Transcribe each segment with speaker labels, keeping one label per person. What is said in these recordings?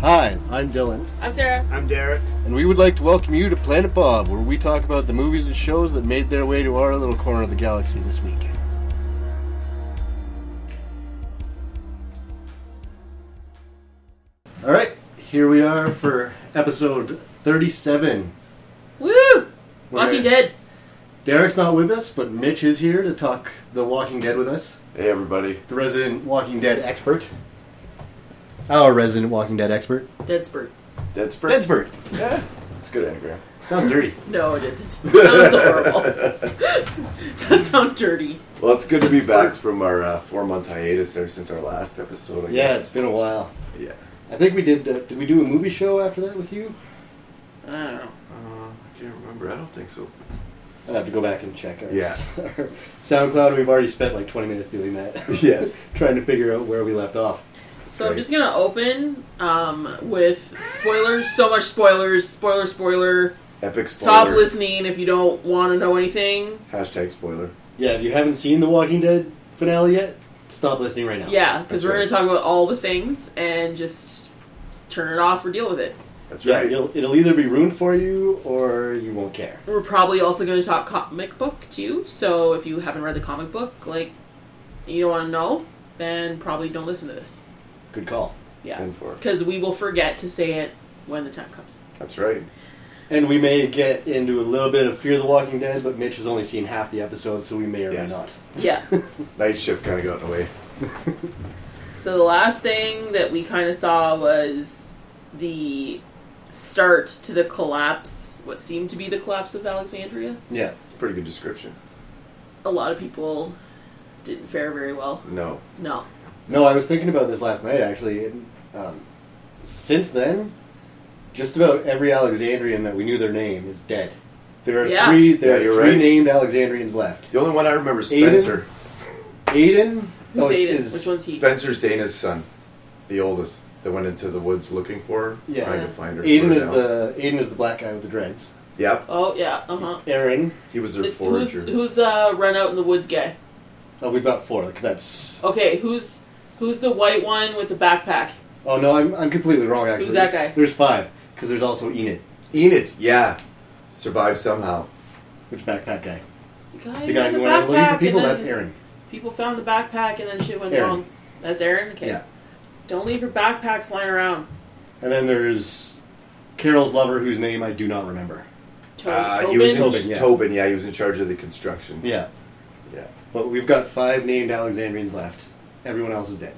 Speaker 1: Hi, I'm Dylan,
Speaker 2: I'm Sarah.
Speaker 3: I'm Derek.
Speaker 1: and we would like to welcome you to Planet Bob, where we talk about the movies and shows that made their way to our little corner of the galaxy this week. All right, here we are for episode 37.
Speaker 2: Woo!
Speaker 1: where
Speaker 2: Walking Dead.
Speaker 1: Derek's not with us, but Mitch is here to talk The Walking Dead with us,
Speaker 4: Hey everybody.
Speaker 1: the resident Walking Dead expert. Our resident Walking Dead expert.
Speaker 2: Dead spurt.
Speaker 4: That's pretty.
Speaker 1: Deadspert.
Speaker 4: Yeah. It's a good anagram.
Speaker 1: Sounds dirty.
Speaker 2: No, it isn't. It sounds horrible. it does sound dirty.
Speaker 4: Well, it's good to be
Speaker 2: It's
Speaker 4: back from our uh, four month hiatus there since our last episode. I
Speaker 1: Yeah, it's
Speaker 4: guess.
Speaker 1: been a while.
Speaker 4: Yeah.
Speaker 1: I think we did. Uh, did we do a movie show after that with you?
Speaker 2: I don't know.
Speaker 4: Uh, I can't remember. I don't think so.
Speaker 1: I'd have to go back and check. Our
Speaker 4: Yeah.
Speaker 1: our SoundCloud. We've already spent like 20 minutes doing that.
Speaker 4: Yes.
Speaker 1: Trying to figure out where we left off.
Speaker 2: So I'm
Speaker 4: Great.
Speaker 2: just gonna open um, with spoilers. So much spoilers. Spoiler, spoiler.
Speaker 4: Epic
Speaker 2: Stop
Speaker 4: spoiler.
Speaker 2: listening if you don't want to know anything.
Speaker 4: Hashtag spoiler.
Speaker 1: Yeah. If you haven't seen the Walking Dead finale yet, stop listening right now.
Speaker 2: Yeah, because
Speaker 4: That's
Speaker 2: we're
Speaker 4: right.
Speaker 2: gonna talk about all the things and just turn it off or deal with it.
Speaker 4: That's
Speaker 1: Yeah.
Speaker 4: right.
Speaker 1: It'll, it'll either be ruined for you or you won't care.
Speaker 2: We're probably also gonna talk comic book too. So if you haven't read the comic book, like you don't want to know, then probably don't listen to this.
Speaker 1: Good call.
Speaker 2: Yeah.
Speaker 4: Ten four.
Speaker 2: because we will forget to say it when the time comes.
Speaker 4: That's right.
Speaker 1: And we may get into a little bit of Fear the Walking Dead, but Mitch has only seen half the episode, so we may or
Speaker 4: Yes.
Speaker 1: may not.
Speaker 2: Yeah.
Speaker 4: Night shift kind of got in the way.
Speaker 2: so the last thing that we kind of saw was the start to the collapse, what seemed to be the collapse of Alexandria.
Speaker 1: Yeah.
Speaker 4: It's a pretty good description.
Speaker 2: A lot of people didn't fare very well.
Speaker 4: No.
Speaker 2: No.
Speaker 1: No, I was thinking about this last night actually. And, um, since then, just about every Alexandrian that we knew their name is dead. There are
Speaker 2: Yeah.
Speaker 1: three. There
Speaker 4: Yeah,
Speaker 1: are
Speaker 4: you're
Speaker 1: three
Speaker 4: right.
Speaker 1: named Alexandrians left.
Speaker 4: The only one I remember is
Speaker 1: Aiden?
Speaker 4: Spencer.
Speaker 1: Aiden.
Speaker 2: Who's
Speaker 1: oh, is-
Speaker 2: Aiden?
Speaker 1: is-
Speaker 2: Which one's he?
Speaker 4: Spencer's Dana's son, the oldest, that went into the woods looking for her,
Speaker 1: Yeah.
Speaker 4: trying to find her.
Speaker 1: Aiden
Speaker 4: Put her
Speaker 1: is
Speaker 4: down.
Speaker 1: the Aiden is the black guy with the dreads.
Speaker 4: Yep.
Speaker 2: Oh, yeah. Uh huh.
Speaker 1: Aaron.
Speaker 4: He was their forager.
Speaker 2: Who's, who's uh, run out in the woods guy?
Speaker 1: Oh, we've got four. Like, That's.
Speaker 2: Okay, who's who's the white one with the backpack?
Speaker 1: Oh no, I'm, I'm completely wrong. Actually,
Speaker 2: Who's that guy?
Speaker 1: There's five because there's also Enid,
Speaker 4: Enid. Yeah. Survived somehow.
Speaker 1: which backpack guy.
Speaker 2: The guy,
Speaker 1: The guy
Speaker 2: in the
Speaker 1: going out looking
Speaker 2: backpack.
Speaker 1: for
Speaker 2: and
Speaker 1: people.
Speaker 2: then
Speaker 1: That's Aaron.
Speaker 2: People found the backpack and then shit went
Speaker 1: Aaron.
Speaker 2: wrong. That's Aaron? Okay.
Speaker 1: Yeah.
Speaker 2: Don't leave your backpacks lying around.
Speaker 1: And then there's Carol's lover, whose name I do not remember.
Speaker 2: To-
Speaker 4: Uh,
Speaker 2: Tobin?
Speaker 4: He was in
Speaker 1: Tobin, yeah.
Speaker 4: Tobin, yeah, he was in charge of the construction.
Speaker 1: Yeah.
Speaker 4: Yeah,
Speaker 1: But we've got five named Alexandrians left. Everyone else is dead.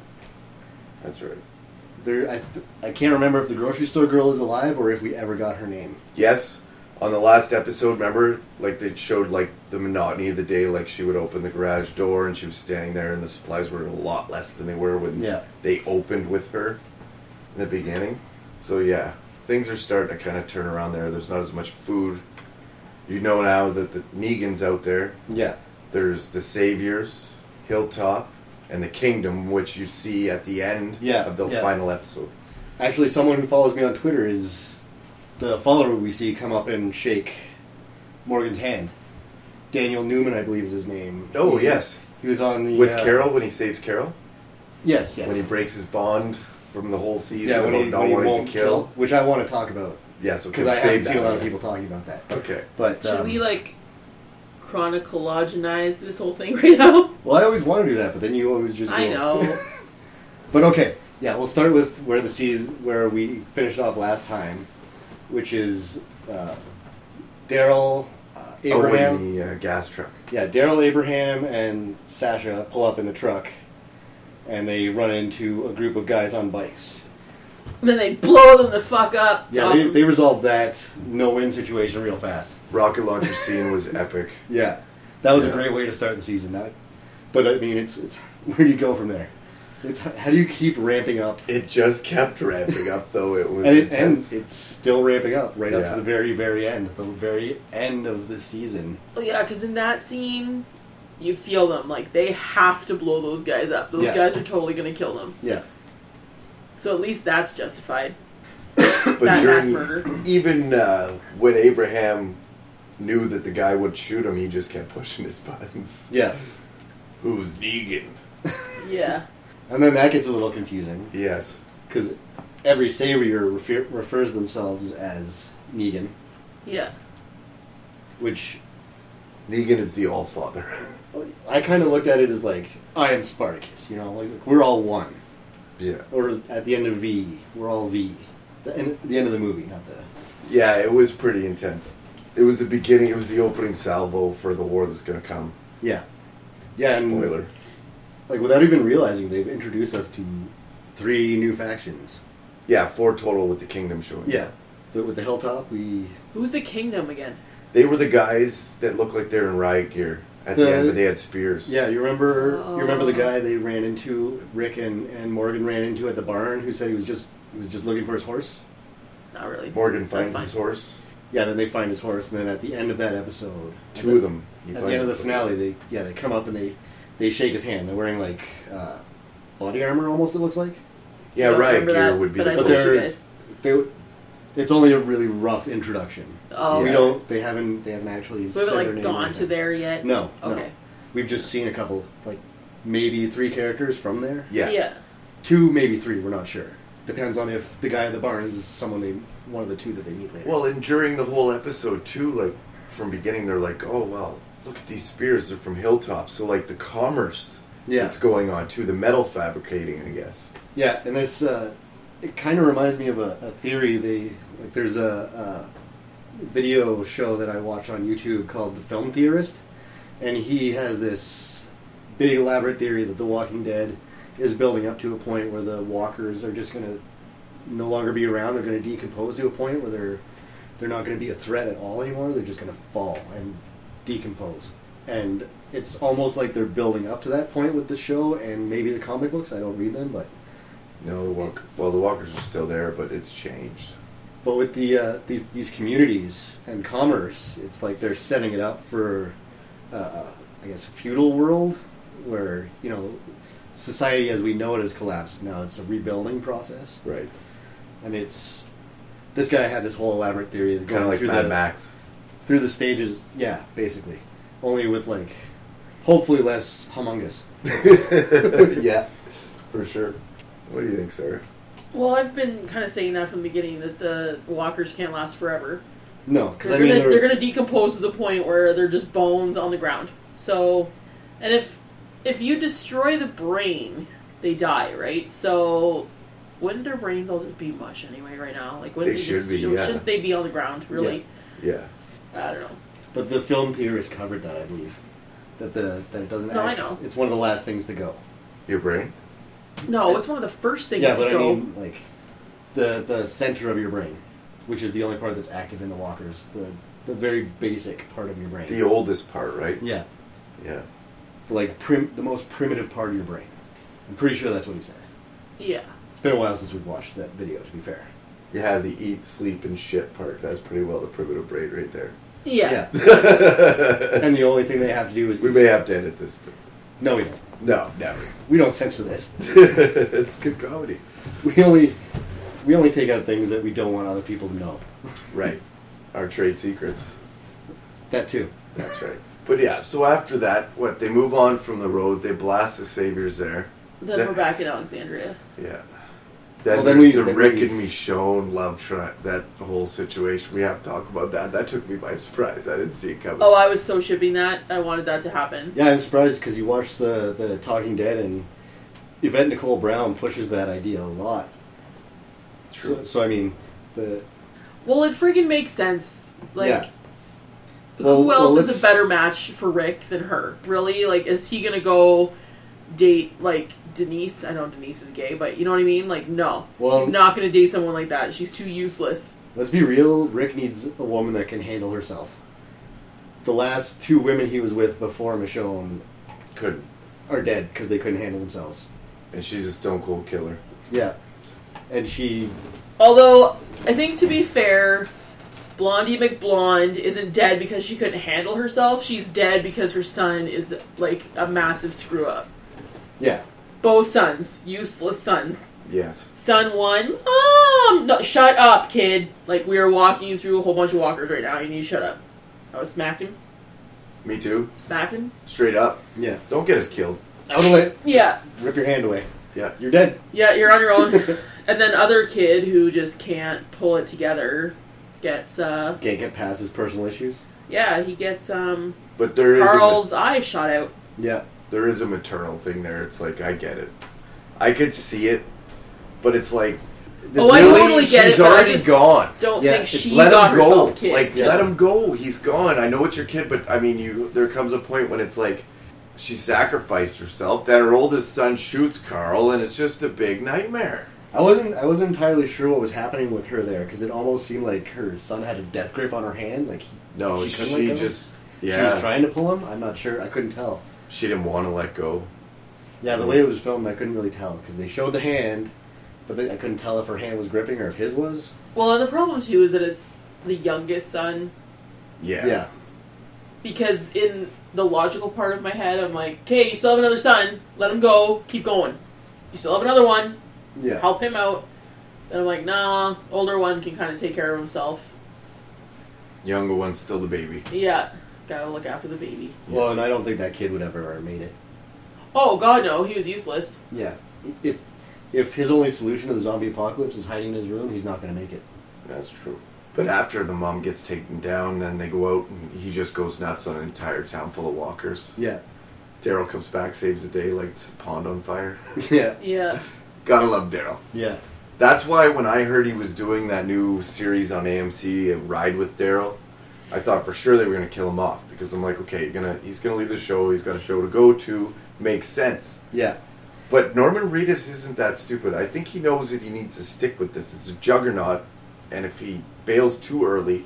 Speaker 4: that's right.
Speaker 1: There, I, th- I can't remember if the grocery store girl is alive or if we ever got her name.
Speaker 4: Yes, on the last episode, remember, like they showed like the monotony of the day. Like she would open the garage door and she was standing there, and the supplies were a lot less than they were when
Speaker 1: Yeah.
Speaker 4: they opened with her in the beginning. So yeah, things are starting to kind of turn around there. There's not as much food. You know now that the Negan's out there.
Speaker 1: Yeah,
Speaker 4: There's the Saviors, Hilltop, and the Kingdom, which you see at the end
Speaker 1: Yeah,
Speaker 4: of the
Speaker 1: yeah.
Speaker 4: final episode.
Speaker 1: actually, someone who follows me on Twitter is the follower we see come up and shake Morgan's hand. Daniel Newman, I believe, is his name.
Speaker 4: Oh
Speaker 1: He-
Speaker 4: yes,
Speaker 1: he was on the
Speaker 4: with
Speaker 1: uh,
Speaker 4: Carol when he saves Carol
Speaker 1: Yes, yes.
Speaker 4: when he breaks his bond from the whole season
Speaker 1: yeah, when
Speaker 4: about
Speaker 1: he,
Speaker 4: not
Speaker 1: when he
Speaker 4: wanting
Speaker 1: won't
Speaker 4: to kill.
Speaker 1: which I want to talk about
Speaker 4: Yes, okay,
Speaker 1: because I
Speaker 4: save
Speaker 1: haven't seen
Speaker 4: that
Speaker 1: a lot of
Speaker 4: one.
Speaker 1: people talking about that.
Speaker 4: Okay,
Speaker 1: But
Speaker 2: Should
Speaker 1: um,
Speaker 2: we, like, chronologize this whole thing right now?
Speaker 1: well, I always want to do that, but then you always just
Speaker 2: I
Speaker 1: go-
Speaker 2: know.
Speaker 1: But okay, yeah, we'll start with where the season where we finished off last time, which is uh, Daryl, uh,
Speaker 4: oh,
Speaker 1: Abraham,
Speaker 4: in the uh, gas truck.
Speaker 1: yeah, Daryl Abraham and Sasha pull up in the truck, and they run into a group of guys on bikes.
Speaker 2: And then they blow them the fuck up. It's
Speaker 1: yeah,
Speaker 2: awesome.
Speaker 1: they, they resolved that no win situation real fast.
Speaker 4: Rocket launcher scene was epic.
Speaker 1: Yeah, that was a
Speaker 4: Yeah.
Speaker 1: great way to start the season. That, but I mean, it's it's where do you go from there? It's how do you keep ramping up
Speaker 4: It just kept ramping up, though. It was
Speaker 1: and it
Speaker 4: intense.
Speaker 1: ends. It's still ramping up right up
Speaker 4: Yeah.
Speaker 1: to the very, very end, the very end of the season.
Speaker 2: oh, yeah, because in that scene, you feel them. Like, they have to blow those guys up. Those
Speaker 1: Yeah.
Speaker 2: guys are totally going to kill them.
Speaker 1: Yeah,
Speaker 2: So at least that's justified.
Speaker 4: but
Speaker 2: that mass
Speaker 4: during-
Speaker 2: murder.
Speaker 4: even uh, when Abraham knew that the guy would shoot him, he just kept pushing his buttons.
Speaker 1: yeah,
Speaker 4: Who's Negan?
Speaker 2: Yeah.
Speaker 1: and then that gets a little confusing
Speaker 4: Yes.
Speaker 1: because every Savior refer- refers themselves as Negan,
Speaker 2: Yeah.
Speaker 1: which
Speaker 4: Negan is the All Father.
Speaker 1: I kind of looked at it as like I am Spartacus, you know, like we're all one.
Speaker 4: yeah.
Speaker 1: Or at the end of V, we're all V. The end, the end of the movie, not the.
Speaker 4: Yeah, it was pretty intense. It was the beginning. It was the opening salvo for the war that's going to come.
Speaker 1: Yeah, yeah. And
Speaker 4: Spoiler.
Speaker 1: Like without even realizing, they've introduced us to three new factions.
Speaker 4: Yeah, four total with the kingdom showing. up.
Speaker 1: Yeah, but with the hilltop, we
Speaker 2: Who's the kingdom again?
Speaker 4: They were the guys that looked like they're in riot gear at the,
Speaker 1: The-
Speaker 4: end, but they had spears.
Speaker 1: Yeah, you remember
Speaker 2: Oh.
Speaker 1: you remember the guy they ran into Rick and, and Morgan ran into at the barn who said he was just he was just looking for his horse?
Speaker 2: Not really.
Speaker 4: Morgan
Speaker 2: That's
Speaker 4: finds
Speaker 2: fine.
Speaker 4: his horse.
Speaker 1: Yeah, then they find his horse and then at the end of that episode
Speaker 4: Two
Speaker 1: at the-
Speaker 4: of them. he
Speaker 1: At the
Speaker 4: finds
Speaker 1: end of the
Speaker 4: them.
Speaker 1: finale they yeah, they come up and they they shake his hand. They're wearing like uh, body armor almost it looks like.
Speaker 4: Yeah,
Speaker 2: I don't
Speaker 4: riot
Speaker 2: remember
Speaker 4: gear
Speaker 2: that,
Speaker 4: would be
Speaker 2: but
Speaker 4: the
Speaker 2: I
Speaker 1: But
Speaker 2: told you
Speaker 1: they're-
Speaker 2: guys.
Speaker 1: They it's only a really rough introduction.
Speaker 2: Oh,
Speaker 1: We
Speaker 4: Yeah.
Speaker 1: don't they haven't they haven't actually
Speaker 2: we
Speaker 1: said
Speaker 2: haven't
Speaker 1: their
Speaker 2: like
Speaker 1: name or
Speaker 2: gone to
Speaker 1: anything.
Speaker 2: there yet.
Speaker 1: No,
Speaker 2: Okay.
Speaker 1: no. We've just seen a couple like maybe three characters from there.
Speaker 4: Yeah.
Speaker 2: Yeah.
Speaker 1: two, maybe three. We're not sure. Depends on if the guy at the barn is someone they one of the two that they meet later.
Speaker 4: Well, and during the whole episode too, like from beginning, they're like, "Oh well, look at these spears. They're from hilltops." So like the commerce
Speaker 1: Yeah.
Speaker 4: that's going on too, the metal fabricating, I guess.
Speaker 1: yeah, and this uh, it kind of reminds me of a, a theory. They like there's a, a video show that I watch on YouTube called The Film Theorist, and he has this big elaborate theory that The Walking Dead is building up to a point where the walkers are just going to no longer be around. They're going to decompose to a point where they're they're not going to be a threat at all anymore. They're just going to fall and decompose. And it's almost like they're building up to that point with the show and maybe the comic books. I don't read them, but
Speaker 4: No, the walk. Well, the walkers are still there, but it's changed.
Speaker 1: but with the uh, these these communities and commerce, it's like they're setting it up for, uh, I guess, a feudal world where you know society as we know it has collapsed. Now it's a rebuilding process,
Speaker 4: Right.
Speaker 1: and it's this guy had this whole elaborate theory of
Speaker 4: Kind
Speaker 1: going
Speaker 4: of like
Speaker 1: through
Speaker 4: Mad
Speaker 1: the
Speaker 4: Max.
Speaker 1: through the stages. Yeah, basically, only with like hopefully less humongous.
Speaker 4: yeah, for sure. What do you think, sir?
Speaker 2: Well, I've been kind of saying that from the beginning that the walkers can't last forever.
Speaker 1: No, because
Speaker 2: They're,
Speaker 1: I mean
Speaker 2: gonna,
Speaker 1: there-
Speaker 2: they're gonna decompose to the point where they're just bones on the ground. So, and if if you destroy the brain, they die, right? So, wouldn't their brains all just be mush anyway? Right now, like wouldn't
Speaker 4: They
Speaker 2: they, just
Speaker 4: should be,
Speaker 2: should,
Speaker 4: yeah.
Speaker 2: not they be on the ground? Really?
Speaker 4: Yeah.
Speaker 2: I don't know.
Speaker 1: but the film theorist covered that, I believe. That the that it doesn't.
Speaker 2: No, I
Speaker 1: act-
Speaker 2: know.
Speaker 1: It's one of the last things to go.
Speaker 4: Your brain?
Speaker 2: No, it's one of the first things
Speaker 1: yeah,
Speaker 2: to
Speaker 1: but I
Speaker 2: go.
Speaker 1: mean, like the the center of your brain, which is the only part that's active in the walkers, the the very basic part of your brain.
Speaker 4: The oldest part, right?
Speaker 1: yeah,
Speaker 4: Yeah.
Speaker 1: the, like prim, the most primitive part of your brain. I'm pretty sure that's what he said.
Speaker 2: yeah,
Speaker 1: It's been a while since we've watched that video. To be fair.
Speaker 4: You have the eat, sleep, and shit part. That's pretty well the primitive brain right there.
Speaker 2: yeah,
Speaker 1: and the only thing they have to do is
Speaker 4: We may have to edit this. But
Speaker 1: no, we don't.
Speaker 4: no, never.
Speaker 1: We don't censor this.
Speaker 4: it's good comedy.
Speaker 1: We only we only take out things that we don't want other people to know.
Speaker 4: Right. Our trade secrets.
Speaker 1: That too.
Speaker 4: That's right. But yeah, so after that, what? They move on from the road, they blast the saviors there.
Speaker 2: Then we're back in Alexandria.
Speaker 4: Yeah. Then
Speaker 1: Well, then
Speaker 4: there's
Speaker 1: we-
Speaker 4: the
Speaker 1: then
Speaker 4: Rick
Speaker 1: we-
Speaker 4: and Michonne love track, that whole situation. We have to talk about that. That took me by surprise. I didn't see it coming.
Speaker 2: Oh, I was so shipping that. I wanted that to happen.
Speaker 1: Yeah, I'm surprised because you watch the the Talking Dead and Yvette Nicole Brown pushes that idea a lot.
Speaker 4: True.
Speaker 1: So, so I mean, the
Speaker 2: Well, it friggin' makes sense. Like,
Speaker 1: Yeah. Well-
Speaker 2: who else
Speaker 1: well,
Speaker 2: is
Speaker 1: let's-
Speaker 2: a better match for Rick than her? Really? Like, is he gonna go date, like, Denise? I know Denise is gay, but you know what I mean? Like, no.
Speaker 1: Well-
Speaker 2: He's not gonna date someone like that. She's too useless.
Speaker 1: let's be real. Rick needs a woman that can handle herself. The last two women he was with before Michonne
Speaker 4: Couldn't.
Speaker 1: are dead because they couldn't handle themselves.
Speaker 4: And she's a stone cold killer.
Speaker 1: Yeah, and she
Speaker 2: Although, I think to be fair, Blondie McBlonde isn't dead because she couldn't handle herself. She's dead because her son is, like, a massive screw up.
Speaker 1: yeah
Speaker 2: Both sons. Useless sons.
Speaker 4: Yes.
Speaker 2: Son one, mom, no, shut up, kid. Like we are walking through a whole bunch of walkers right now. You need to shut up. I was smacked him,
Speaker 4: Me too.
Speaker 2: smacked him.
Speaker 4: Straight up.
Speaker 1: yeah
Speaker 4: Don't get us killed.
Speaker 1: out of it.
Speaker 2: Yeah,
Speaker 1: Rip your hand away.
Speaker 4: Yeah.
Speaker 1: You're dead.
Speaker 2: yeah, you're on your own. And then other kid who just can't pull it together gets uh
Speaker 1: Can't get past his personal issues.
Speaker 2: yeah, he gets um
Speaker 4: But there is a,
Speaker 2: Carl's eye shot out.
Speaker 1: Yeah.
Speaker 4: there is a maternal thing there. It's like I get it. I could see it, but it's like
Speaker 1: This
Speaker 2: Oh, I
Speaker 1: really-
Speaker 2: totally get
Speaker 4: he's
Speaker 2: it, but I
Speaker 4: already
Speaker 2: just
Speaker 4: gone.
Speaker 2: Don't
Speaker 1: Yeah,
Speaker 2: think
Speaker 1: just
Speaker 2: she
Speaker 4: let
Speaker 2: got
Speaker 4: him go.
Speaker 2: herself killed.
Speaker 4: Like
Speaker 1: Yeah.
Speaker 4: let him go. He's gone. I know it's your kid, but I mean, you. There comes a point when it's like she sacrificed herself. Then her oldest son shoots Carl, and it's just a big nightmare.
Speaker 1: I wasn't. I wasn't entirely sure what was happening with her there because it almost seemed like her son had a death grip on her hand. Like he,
Speaker 4: No,
Speaker 1: She
Speaker 4: she,
Speaker 1: couldn't let go?
Speaker 4: just
Speaker 1: she was
Speaker 4: yeah.
Speaker 1: trying to pull him. I'm not sure. I couldn't tell.
Speaker 4: She, didn't want to let go.
Speaker 1: Yeah,
Speaker 4: Hmm.
Speaker 1: the way it was filmed, I couldn't really tell because they showed the hand, but they, I couldn't tell if her hand was gripping or if his was.
Speaker 2: Well, and the problem too is that it's the youngest son
Speaker 4: Yeah.
Speaker 1: Yeah,
Speaker 2: because in the logical part of my head, I'm like, okay, you still have another son. Let him go. Keep going. You still have another one.
Speaker 1: yeah.
Speaker 2: Help him out. Then I'm like, nah, older one can kind of take care of himself.
Speaker 4: Younger one's still the baby.
Speaker 2: Yeah, gotta look after the baby.
Speaker 1: Well, and I don't think that kid would ever have made it.
Speaker 2: Oh, God, no, he was useless.
Speaker 1: Yeah, if if his only solution to the zombie apocalypse is hiding in his room, he's not going to make it.
Speaker 4: That's true. But after the mom gets taken down, then they go out and he just goes nuts on an entire town full of walkers.
Speaker 1: Yeah,
Speaker 4: Daryl comes back, saves the day, lights the pond on fire.
Speaker 1: yeah,
Speaker 2: Yeah.
Speaker 4: Gotta love Daryl.
Speaker 1: yeah.
Speaker 4: That's why when I heard he was doing that new series on AMC, uh, Ride with Daryl, I thought for sure they were gonna kill him off because I'm like, okay, you're gonna he's gonna leave the show. He's got a show to go to. Makes sense.
Speaker 1: Yeah,
Speaker 4: But Norman Reedus isn't that stupid. I think he knows that he needs to stick with this. It's a juggernaut, and if he bails too early,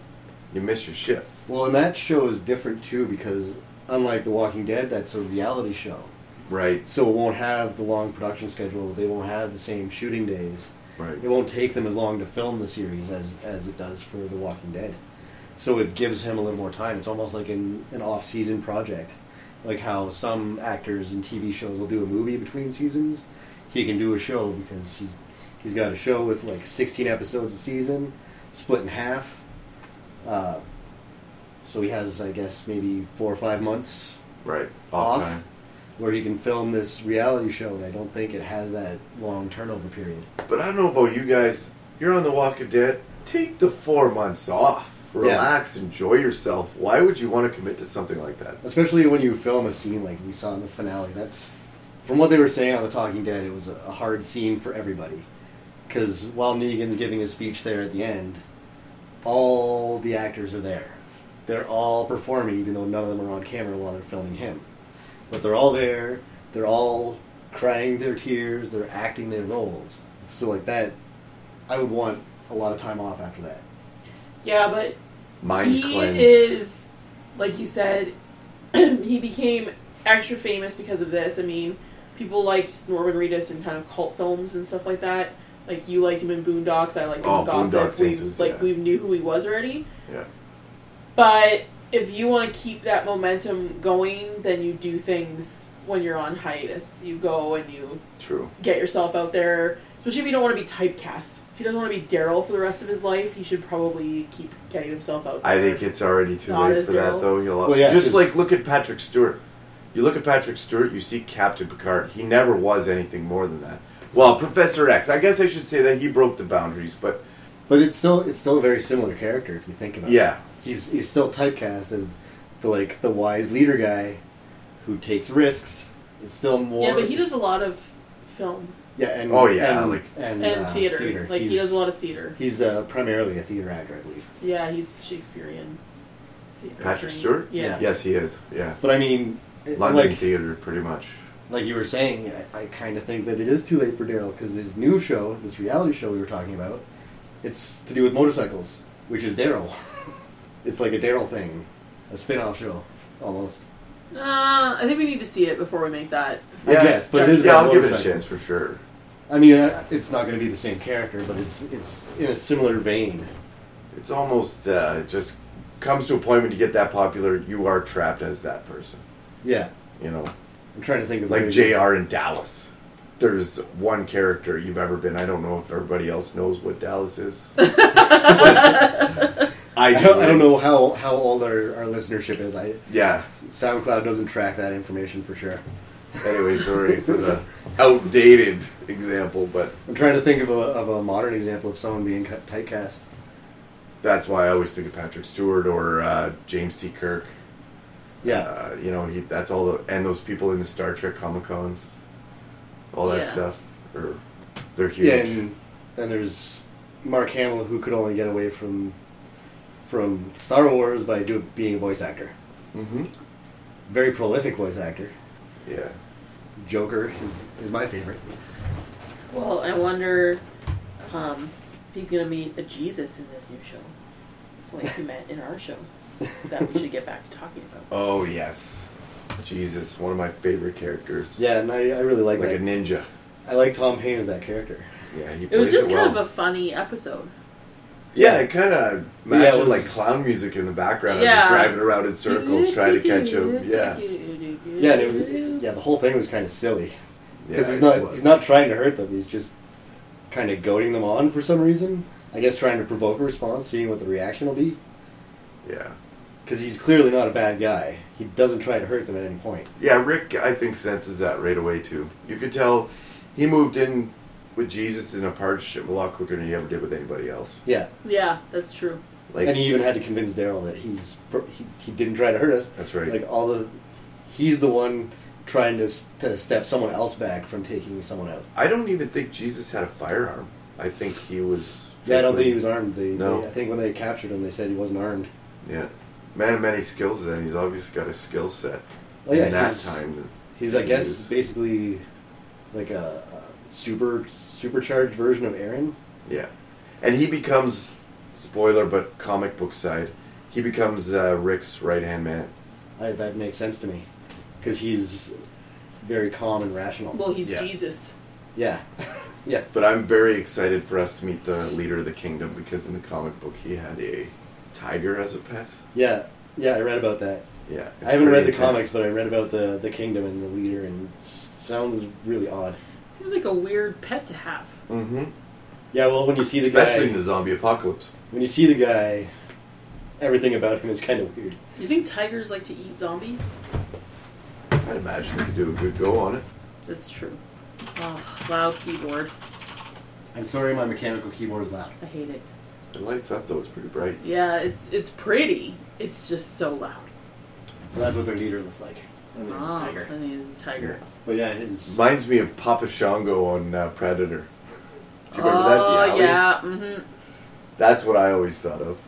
Speaker 4: you miss your ship.
Speaker 1: well, and that show is different too because unlike The Walking Dead, that's a reality show,
Speaker 4: Right.
Speaker 1: so it won't have the long production schedule. They won't have the same shooting days.
Speaker 4: Right.
Speaker 1: It won't take them as long to film the series as as it does for The Walking Dead. So it gives him a little more time. It's almost like an, an off season project, like how some actors in TV shows will do a movie between seasons. He can do a show because he's he's got a show with like sixteen episodes a season, split in half. Uh, so he has, I guess, maybe four or five months
Speaker 4: Right.
Speaker 1: Off. where he can film this reality show, and I don't think it has that long turnover period.
Speaker 4: But I don't know about you guys. You're on The Walking Dead. Take the four months off. Relax. Enjoy yourself. Why would you want to commit to something like that?
Speaker 1: Especially when you film a scene like we saw in the finale. That's from what they were saying on The Talking Dead. It was a hard scene for everybody because while Negan's giving his speech there at the end, all the actors are there. They're all performing, even though none of them are on camera while they're filming him. But they're all there. They're all crying their tears. They're acting their roles. So like that, I would want a lot of time off after that.
Speaker 2: Yeah, but
Speaker 4: Mind
Speaker 2: he
Speaker 4: cleanse.
Speaker 2: is, like you said, he became extra famous because of this. I mean, people liked Norman Reedus in kind of cult films and stuff like that. Like you liked him in Boondocks, I liked him
Speaker 4: Oh,
Speaker 2: in Gossip.
Speaker 4: Boondock
Speaker 2: We
Speaker 4: Saints was-
Speaker 2: like
Speaker 4: yeah.
Speaker 2: we knew who he was already.
Speaker 4: Yeah.
Speaker 2: But if you want to keep that momentum going, then you do things when you're on hiatus. You go and you
Speaker 4: True.
Speaker 2: get yourself out there, especially if you don't want to be typecast. If he doesn't want to be Daryl for the rest of his life, he should probably keep getting himself out. There.
Speaker 4: I think it's already too
Speaker 2: Not
Speaker 4: late
Speaker 2: as
Speaker 4: for that,
Speaker 2: Daryl.
Speaker 4: though. You'll
Speaker 1: Well, yeah,
Speaker 4: just
Speaker 1: 'cause-
Speaker 4: like look at Patrick Stewart. You look at Patrick Stewart, you see Captain Picard. He never was anything more than that. Well, Professor X. I guess I should say that he broke the boundaries, but
Speaker 1: But it's still it's still a very similar character if you think about it.
Speaker 4: yeah,
Speaker 1: he's he's still typecast as the like the wise leader guy who takes risks. It's still more
Speaker 2: yeah, but he does a lot of film
Speaker 1: yeah and
Speaker 4: Oh, yeah,
Speaker 1: and,
Speaker 4: like-
Speaker 1: and,
Speaker 2: and,
Speaker 1: uh,
Speaker 2: theater. Like he
Speaker 1: He's-
Speaker 2: does a lot of theater.
Speaker 1: He's uh, primarily a theater actor, I believe.
Speaker 2: Yeah, he's Shakespearean. Theater
Speaker 4: Patrick
Speaker 2: trained.
Speaker 4: Stewart?
Speaker 2: Yeah.
Speaker 4: yes, he is. Yeah,
Speaker 1: But I mean, it-
Speaker 4: London
Speaker 1: like
Speaker 4: theater, pretty much.
Speaker 1: like you were saying, I, I kind of think that it is too late for Daryl because this new show, this reality show we were talking about, it's to do with motorcycles, which is Daryl. it's like a Daryl thing, a spin-off show almost.
Speaker 2: Uh, I think we need to see it before we make that.
Speaker 1: I guess, but it is
Speaker 4: yeah,
Speaker 1: about
Speaker 4: I'll give it a
Speaker 1: motorcycles.
Speaker 4: chance for sure.
Speaker 1: I mean, uh, it's not going to be the same character, but it's it's in a similar vein.
Speaker 4: It's almost uh, just comes to a point when you get that popular, you are trapped as that person.
Speaker 1: Yeah,
Speaker 4: You know,
Speaker 1: I'm trying to think of
Speaker 4: like
Speaker 1: maybe-
Speaker 4: JR in Dallas. There's one character you've ever been. I don't know if everybody else knows what Dallas is. But
Speaker 1: I don't, I don't know how, how old our, our listenership is. I
Speaker 4: Yeah.
Speaker 1: SoundCloud doesn't track that information for sure.
Speaker 4: Anyway, sorry for the outdated example, but
Speaker 1: I'm trying to think of a, of a modern example of someone being cut typecast.
Speaker 4: that's why I always think of Patrick Stewart or uh, James T. Kirk.
Speaker 1: Yeah,
Speaker 4: Uh, you know, he, that's all the and those people in the Star Trek Comic Cons, all that
Speaker 2: Yeah.
Speaker 4: stuff, or they're huge.
Speaker 1: yeah, and then there's Mark Hamill who could only get away from from Star Wars by do, being a voice actor, mm-hmm.
Speaker 4: hmm
Speaker 1: very prolific voice actor.
Speaker 4: Yeah.
Speaker 1: Joker is is my favorite.
Speaker 2: Well, I wonder um, if he's going to meet a Jesus in this new show, like he met in our show, that we should get back to talking about.
Speaker 4: Oh yes, Jesus, one of my favorite characters.
Speaker 1: Yeah, and I, I really like,
Speaker 4: Like a
Speaker 1: that.
Speaker 4: ninja.
Speaker 1: I like Tom Payne as that character.
Speaker 4: Yeah, he.
Speaker 2: It was
Speaker 4: plays
Speaker 2: just
Speaker 4: well.
Speaker 2: kind of a funny episode.
Speaker 4: Yeah, it kind of
Speaker 1: Yeah, it
Speaker 4: imagine
Speaker 1: was-
Speaker 4: like clown music in the background as
Speaker 2: Yeah. Mm-hmm.
Speaker 4: you're driving around in circles trying to catch him. Yeah,
Speaker 1: Yeah, and it, yeah, the whole thing was kind of silly because
Speaker 4: Yeah,
Speaker 1: he's
Speaker 4: it
Speaker 1: not
Speaker 4: was.
Speaker 1: he's not trying to hurt them. He's just kind of goading them on for some reason. I guess trying to provoke a response, seeing what the reaction will be.
Speaker 4: Yeah,
Speaker 1: Because he's clearly not a bad guy. He doesn't try to hurt them at any point.
Speaker 4: yeah. Rick, I think senses that right away too. You could tell he moved in with Jesus in a partnership a lot quicker than he ever did with anybody else.
Speaker 1: Yeah,
Speaker 2: Yeah, that's true.
Speaker 4: Like
Speaker 1: and he even had to convince Daryl that he's he, he didn't try to hurt us.
Speaker 4: that's right.
Speaker 1: Like all the, he's the one trying to s- to step someone else back from taking someone out.
Speaker 4: I don't even think Jesus had a firearm. I think he was.
Speaker 1: Yeah, I don't think he was armed. They,
Speaker 4: No.
Speaker 1: they- I think when they captured him, they said he wasn't armed.
Speaker 4: Yeah, man, of many skills. Then he's obviously got a skill set.
Speaker 1: Oh yeah,
Speaker 4: in that
Speaker 1: he's,
Speaker 4: time.
Speaker 1: He's I
Speaker 4: He
Speaker 1: guess
Speaker 4: is.
Speaker 1: basically like a, a super supercharged version of Aaron.
Speaker 4: Yeah, and he becomes spoiler, but comic book side, he becomes uh, Rick's right hand man.
Speaker 1: I, that makes sense to me because he's very calm and rational.
Speaker 2: Well, he's
Speaker 4: Yeah.
Speaker 2: Jesus.
Speaker 1: yeah, yeah.
Speaker 4: But I'm very excited for us to meet the leader of the kingdom because in the comic book he had a tiger as a pet.
Speaker 1: Yeah, yeah, I read about that.
Speaker 4: Yeah, it's
Speaker 1: I haven't read
Speaker 4: pretty
Speaker 1: the
Speaker 4: intense.
Speaker 1: comics, but I read about the the kingdom and the leader, and it s- sounds really odd.
Speaker 2: Seems like a weird pet to have.
Speaker 4: Mhm.
Speaker 1: Yeah, well, when you see the
Speaker 4: especially in
Speaker 1: guy,
Speaker 4: the zombie apocalypse.
Speaker 1: when you see the guy, everything about him is kind of weird.
Speaker 2: You think tigers like to eat zombies?
Speaker 4: I'd imagine they could do a good go on it.
Speaker 2: That's true. Oh, loud keyboard.
Speaker 1: I'm sorry, my mechanical keyboard is loud.
Speaker 2: I hate it.
Speaker 4: It lights up though; it's pretty bright.
Speaker 2: Yeah, it's it's pretty. It's just so loud.
Speaker 1: So that's what their leader looks like. And there's
Speaker 2: Ah,
Speaker 1: a
Speaker 2: I
Speaker 1: tiger.
Speaker 2: think it's a tiger.
Speaker 1: But yeah, his
Speaker 4: Reminds me of Papa Shango on uh, Predator. Do you remember that? The
Speaker 2: Oh
Speaker 4: alley?
Speaker 2: yeah. Mm-hmm.
Speaker 4: That's what I always thought of.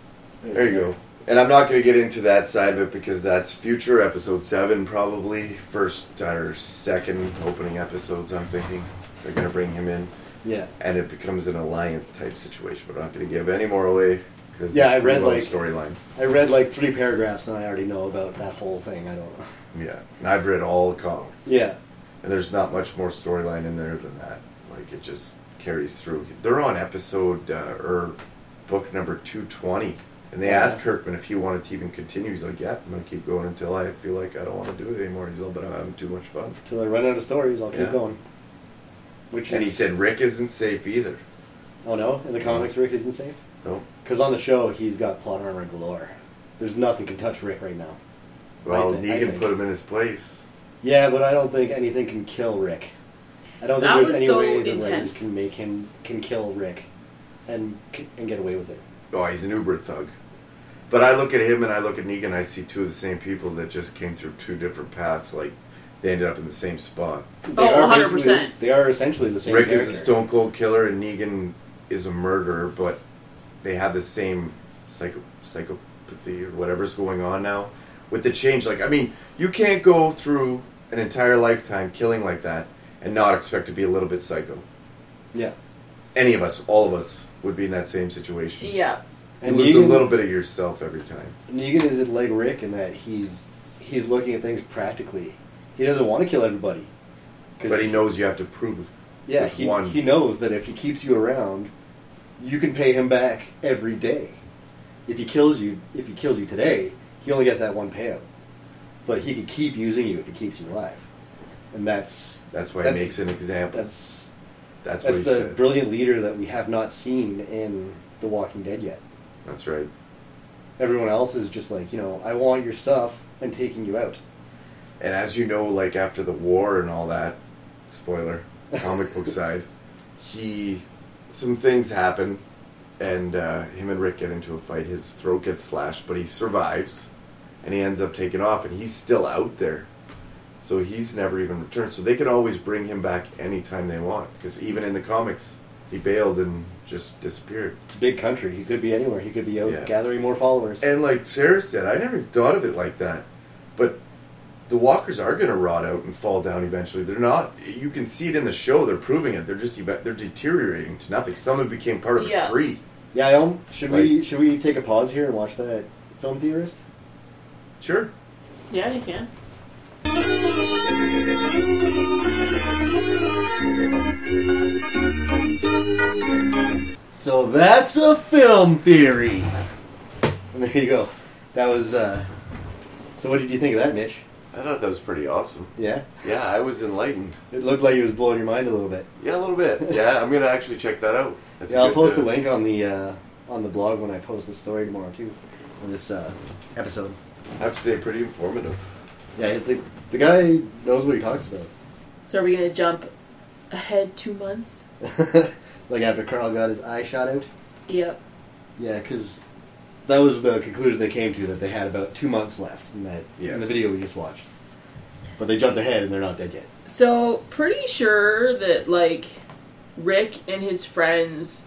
Speaker 4: There you go. And I'm not going to get into that side of it because that's future episode seven, probably first or second opening episodes. I'm thinking they're going to bring him in,
Speaker 1: Yeah,
Speaker 4: and it becomes an alliance type situation. But I'm not going to give any more away because
Speaker 1: Yeah, I read, like-
Speaker 4: storyline.
Speaker 1: I read like three paragraphs, and I already know about that whole thing. I don't know.
Speaker 4: Yeah, and I've read all the comics.
Speaker 1: Yeah,
Speaker 4: and there's not much more storyline in there than that. Like it just carries through. They're on episode uh, or book number two twenty, and they asked Kirkman if he wanted to even continue. He's like, "Yeah, I'm gonna keep going until I feel like I don't want to do it anymore." He's like, "But I'm having too much fun."
Speaker 1: till I run out of stories, I'll keep
Speaker 4: Yeah.
Speaker 1: going. Which
Speaker 4: And
Speaker 1: is,
Speaker 4: he said Rick isn't safe either.
Speaker 1: "Oh no, in the comics, Rick isn't safe."
Speaker 4: No,
Speaker 1: Because on the show, he's got plot armor galore. There's nothing can touch Rick right now.
Speaker 4: well,
Speaker 1: I thi- I
Speaker 4: Negan
Speaker 1: think-
Speaker 4: put him in his place.
Speaker 1: Yeah, but I don't think anything can kill Rick. I don't think
Speaker 2: That
Speaker 1: there's
Speaker 2: was
Speaker 1: any
Speaker 2: so
Speaker 1: way that writers
Speaker 2: intense.
Speaker 1: can make him can kill Rick, and c- and get away with it.
Speaker 4: Oh, he's an uber thug. But I look at him and I look at Negan. I see two of the same people that just came through two different paths. Like they ended up in the same spot.
Speaker 1: They
Speaker 2: Oh,
Speaker 1: are basically-
Speaker 2: 100%.
Speaker 1: They are essentially the same.
Speaker 4: Rick
Speaker 1: character.
Speaker 4: is a stone cold killer and Negan is a murderer, but they have the same psycho- psychopathy or whatever's going on now with the change. Like, I mean, you can't go through an entire lifetime killing like that and not expect to be a little bit psycho.
Speaker 1: Yeah,
Speaker 4: Any of us, all of us, would be in that same situation.
Speaker 2: Yeah.
Speaker 4: You
Speaker 1: and
Speaker 4: lose
Speaker 1: Negan,
Speaker 4: a little bit of yourself every time.
Speaker 1: Negan is like Rick in that he's he's looking at things practically. He doesn't want to kill everybody, 'Cause
Speaker 4: But he knows you have to prove.
Speaker 1: Yeah,
Speaker 4: with
Speaker 1: he,
Speaker 4: one.
Speaker 1: he knows that if he keeps you around, you can pay him back every day. If he kills you, if he kills you today, he only gets that one payout. But he could keep using you if he keeps you alive, and that's
Speaker 4: That's why
Speaker 1: That's-
Speaker 4: he makes an example. That's,
Speaker 1: that's
Speaker 4: what
Speaker 1: that's
Speaker 4: he
Speaker 1: the
Speaker 4: said.
Speaker 1: brilliant leader that we have not seen in The Walking Dead yet.
Speaker 4: that's right.
Speaker 1: Everyone else is just like you know, I want your stuff and taking you out.
Speaker 4: And as you know, like after the war and all that, spoiler, comic book side, he some things happen, and uh, him and Rick get into a fight. His throat gets slashed, but he survives, and he ends up taking off, and he's still out there. So he's never even returned. So they can always bring him back anytime they want, because even in the comics, he bailed and just disappeared.
Speaker 1: It's a big country. He could be anywhere. He could be out
Speaker 4: Yeah.
Speaker 1: gathering more followers.
Speaker 4: And like Sarah said, I never thought of it like that. But the walkers are going to rot out and fall down eventually. They're not. You can see it in the show. They're proving it. They're just eva- they're deteriorating to nothing. Some have became part of
Speaker 2: Yeah.
Speaker 4: a tree.
Speaker 1: yeah, Elm. Should we should we take a pause here and watch that film theorist?
Speaker 4: Sure.
Speaker 2: Yeah, you can.
Speaker 1: So that's a film theory. And there you go. That was. uh So what did you think of that, Mitch?
Speaker 4: I thought that was pretty awesome.
Speaker 1: Yeah,
Speaker 4: Yeah, I was enlightened.
Speaker 1: it looked like it was blowing your mind a little bit.
Speaker 4: Yeah, a little bit. Yeah, I'm going to actually check that out. That's
Speaker 1: yeah, I'll post a link on the uh, on the blog when I post the story tomorrow too, on this uh, episode.
Speaker 4: I have to say, pretty informative.
Speaker 1: Yeah, the, the guy knows what he talks about.
Speaker 2: So are we gonna jump ahead two months?
Speaker 1: like after Carl got his eye shot out.
Speaker 2: Yep.
Speaker 1: Yeah, because that was the conclusion they came to that they had about two months left in that in
Speaker 4: Yes.
Speaker 1: the video we just watched. But they jumped ahead and they're not dead yet.
Speaker 2: So pretty sure that like Rick and his friends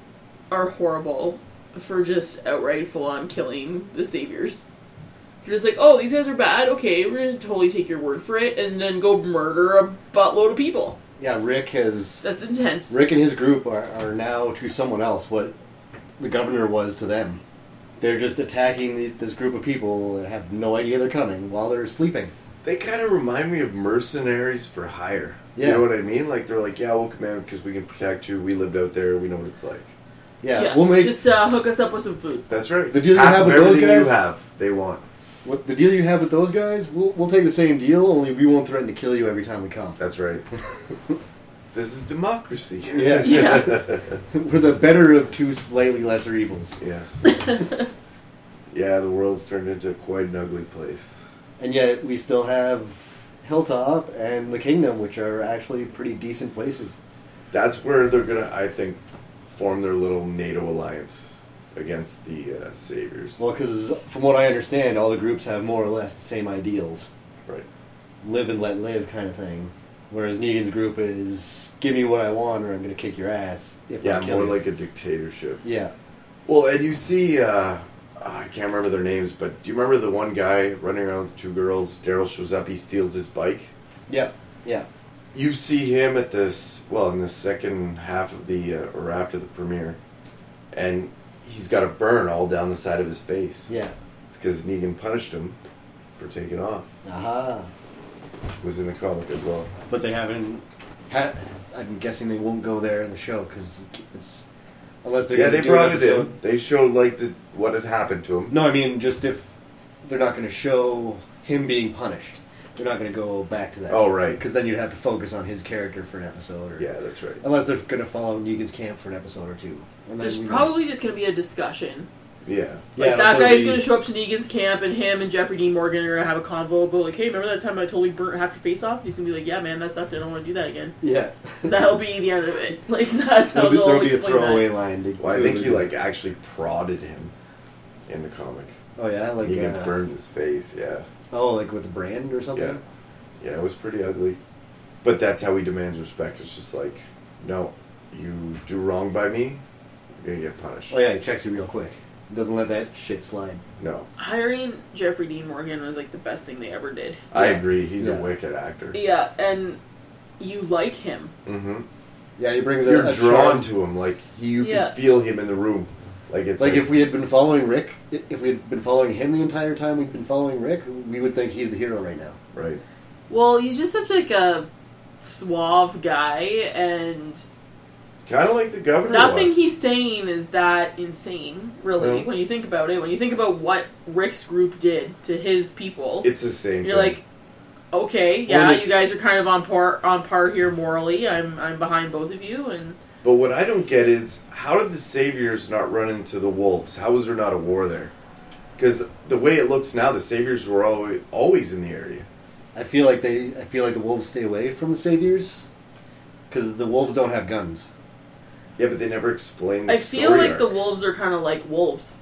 Speaker 2: are horrible for just outright full on killing the saviors. They're just like, oh, these guys are bad. Okay, we're gonna totally take your word for it, and then go murder a buttload of people.
Speaker 1: Yeah, Rick has
Speaker 2: That's intense.
Speaker 1: Rick and his group are, are now to someone else what the governor was to them. They're just attacking these, this group of people that have no idea they're coming while they're sleeping.
Speaker 4: They kind of remind me of mercenaries for hire.
Speaker 1: Yeah.
Speaker 4: You know what I mean? Like they're like, yeah, we'll come in because we can protect you. We lived out there. We know what it's like.
Speaker 1: Yeah, we'll make
Speaker 2: just uh, hook us up with some food.
Speaker 4: That's right.
Speaker 1: The deal you
Speaker 4: Half
Speaker 1: have
Speaker 4: of
Speaker 1: with those
Speaker 4: everything
Speaker 1: guys-
Speaker 4: you have, they want.
Speaker 1: what the deal you have with those guys. We'll we'll take the same deal, only we won't threaten to kill you every time we come.
Speaker 4: That's right. this is democracy.
Speaker 1: Yeah.
Speaker 2: Yeah.
Speaker 1: We're the better of two slightly lesser evils.
Speaker 4: yes. yeah, the world's turned into quite an ugly place.
Speaker 1: And yet we still have Hilltop and the Kingdom, which are actually pretty decent places.
Speaker 4: That's where they're gonna, I think, form their little NATO alliance against the uh, saviors.
Speaker 1: Well, because from what I understand, all the groups have more or less the same ideals.
Speaker 4: right.
Speaker 1: Live and let live kind of thing. Whereas Negan's group is give me what I want or I'm going to kick your ass if
Speaker 4: Yeah,
Speaker 1: I kill
Speaker 4: more
Speaker 1: you.
Speaker 4: like a dictatorship.
Speaker 1: yeah.
Speaker 4: Well, and you see, uh, I can't remember their names, but do you remember the one guy running around with two girls? Daryl shows up, he steals his bike.
Speaker 1: Yeah. Yeah.
Speaker 4: You see him at this, well, in the second half of the, uh, or after the premiere, and he's got a burn all down the side of his face.
Speaker 1: Yeah.
Speaker 4: It's because Negan punished him for taking off.
Speaker 1: Aha.
Speaker 4: It was in the comic as well.
Speaker 1: But they haven't. Ha- I'm guessing they won't go there in the show because it's unless they're
Speaker 4: yeah,
Speaker 1: gonna
Speaker 4: they
Speaker 1: do an
Speaker 4: brought it
Speaker 1: episode-
Speaker 4: in. They showed, like, the, what had happened to him.
Speaker 1: No, I mean just if they're not going to show him being punished, they're not going to go back to that.
Speaker 4: Oh, right.
Speaker 1: because then you'd have to focus on his character for an episode. Or,
Speaker 4: Yeah, that's right.
Speaker 1: unless they're going to follow Negan's camp for an episode or two. And then
Speaker 2: There's
Speaker 1: we-
Speaker 2: probably just gonna be a discussion.
Speaker 4: Yeah.
Speaker 2: Like
Speaker 1: Yeah,
Speaker 2: that
Speaker 1: there'll
Speaker 2: guy's
Speaker 1: be-
Speaker 2: gonna show up to Negan's camp, and him and Jeffrey Dean Morgan are gonna have a convo about like, hey, remember that time I totally burnt half your face off? And he's gonna be like, yeah, man, that sucked. I don't want to do that again.
Speaker 1: Yeah,
Speaker 2: That'll be the end of it. Like that's how
Speaker 1: there'll be,
Speaker 2: they'll
Speaker 1: there'll be a
Speaker 2: explain
Speaker 1: throwaway
Speaker 2: that.
Speaker 1: line. To,
Speaker 4: Well, I
Speaker 1: to-
Speaker 4: think he, like, actually prodded him in the comic.
Speaker 1: Oh yeah, like
Speaker 4: Negan
Speaker 1: uh,
Speaker 4: burned his face, yeah.
Speaker 1: Oh, like with the brand or something.
Speaker 4: Yeah. Yeah, it was pretty ugly. But that's how he demands respect. It's just like, no, you do wrong by me, you're going to get punished.
Speaker 1: Oh yeah, he checks you real quick. Doesn't let that shit slide.
Speaker 4: No.
Speaker 2: Hiring Jeffrey Dean Morgan was like the best thing they ever did.
Speaker 4: I
Speaker 1: Yeah.
Speaker 4: agree. He's
Speaker 1: Yeah.
Speaker 4: a wicked actor.
Speaker 2: Yeah, and you like him.
Speaker 4: hmm
Speaker 1: Yeah, he brings.
Speaker 4: You're
Speaker 1: a, a
Speaker 4: drawn
Speaker 1: charm.
Speaker 4: to him. Like, he, you
Speaker 2: Yeah.
Speaker 4: can feel him in the room. Like, it's
Speaker 1: Like if we had been following Rick, i- if we had been following him the entire time we've been following Rick, we would think he's the hero right now.
Speaker 4: Right.
Speaker 2: Well, he's just such like a suave guy, and
Speaker 4: Kind of like the governor.
Speaker 2: Nothing
Speaker 4: was.
Speaker 2: he's saying is that insane, really,
Speaker 4: No.
Speaker 2: when you think about it. When you think about what Rick's group did to his people,
Speaker 4: It's the same
Speaker 2: you're
Speaker 4: thing.
Speaker 2: like, okay,
Speaker 1: Well,
Speaker 2: yeah,
Speaker 1: and if-
Speaker 2: you guys are kind of on par on par here morally. I'm I'm behind both of you, and
Speaker 4: But what I don't get is how did the Saviors not run into the Wolves? How was there not a war there? Because the way it looks now, the Saviors were always, always in the area.
Speaker 1: I feel like they. I feel like the wolves stay away from the saviors, because the wolves don't have guns.
Speaker 4: Yeah, but they never explain. The
Speaker 2: I feel
Speaker 4: story
Speaker 2: like
Speaker 4: arc.
Speaker 2: the wolves are kind of like wolves.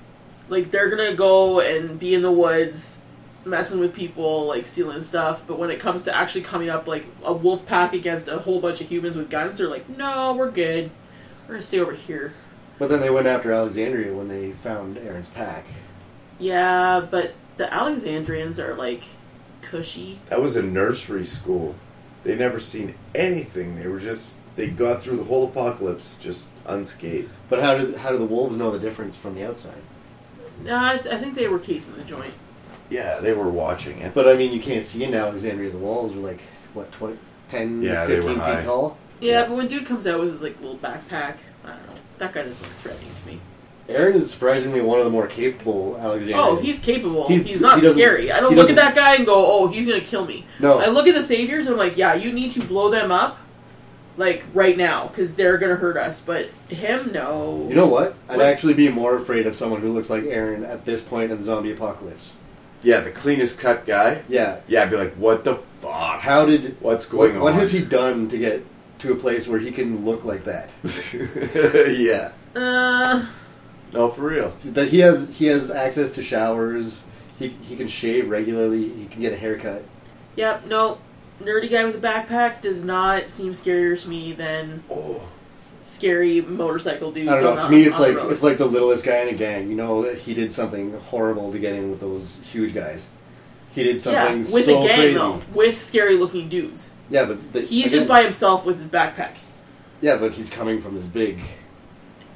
Speaker 2: Like they're gonna go and be in the woods, messing with people, like stealing stuff. But when it comes to actually coming up like a wolf pack against a whole bunch of humans with guns, they're like, no, we're good. We're gonna stay over here.
Speaker 1: But then they went after Alexandria when they found Aaron's pack.
Speaker 2: Yeah, but the Alexandrians are like cushy.
Speaker 4: That was a nursery school. They never seen anything. They were just they got through the whole apocalypse just unscathed.
Speaker 1: But how do how do the wolves know the difference from the outside?
Speaker 2: No, I, th- I think they were casing the joint.
Speaker 4: Yeah, they were watching it.
Speaker 1: But I mean, you can't see into Alexandria. The walls are like what 20, 10,
Speaker 4: Yeah, they
Speaker 1: 15
Speaker 4: were
Speaker 1: feet
Speaker 4: high.
Speaker 1: tall.
Speaker 2: Yeah,
Speaker 4: Yeah.
Speaker 2: but when dude comes out with his like little backpack, I don't know. That guy doesn't look threatening to me.
Speaker 1: Aaron is surprisingly one of the more capable Alexandrians.
Speaker 2: Oh, he's capable.
Speaker 1: He-
Speaker 2: he's not
Speaker 1: he doesn't-
Speaker 2: scary. I don't
Speaker 1: he
Speaker 2: look at
Speaker 1: doesn't-
Speaker 2: that guy and go, "Oh, he's gonna kill me."
Speaker 1: no.
Speaker 2: I look at the saviors and I'm like, "Yeah, you need to blow them up, like right now, because they're gonna hurt us." But him, no.
Speaker 1: you know what? I'd
Speaker 4: What?
Speaker 1: actually be more afraid of someone who looks like Aaron at this point in the zombie apocalypse.
Speaker 4: Yeah, the cleanest cut guy.
Speaker 1: Yeah.
Speaker 4: Yeah, I'd be like, what the fuck?
Speaker 1: How did
Speaker 4: What's going
Speaker 1: what, what
Speaker 4: on?
Speaker 1: has he done to get to a place where he can look like that?
Speaker 4: yeah.
Speaker 2: Uh,
Speaker 4: No, for real.
Speaker 1: That he has he has access to showers. He he can shave regularly. He can get a haircut.
Speaker 2: yep, no. Nerdy guy with a backpack does not seem scarier to me than
Speaker 4: Oh,
Speaker 2: scary motorcycle dudes.
Speaker 1: I don't know.
Speaker 2: On
Speaker 1: To
Speaker 2: the-
Speaker 1: me, it's
Speaker 2: on the
Speaker 1: like
Speaker 2: road.
Speaker 1: it's like the littlest guy in a gang. You know that he did something horrible to get in with those huge guys. He did
Speaker 2: yeah,
Speaker 1: something
Speaker 2: with
Speaker 1: so
Speaker 2: a gang
Speaker 1: crazy.
Speaker 2: though, with scary looking dudes.
Speaker 1: Yeah, but the,
Speaker 2: He's
Speaker 1: again-
Speaker 2: just by himself with his backpack.
Speaker 1: Yeah, but he's coming from this big,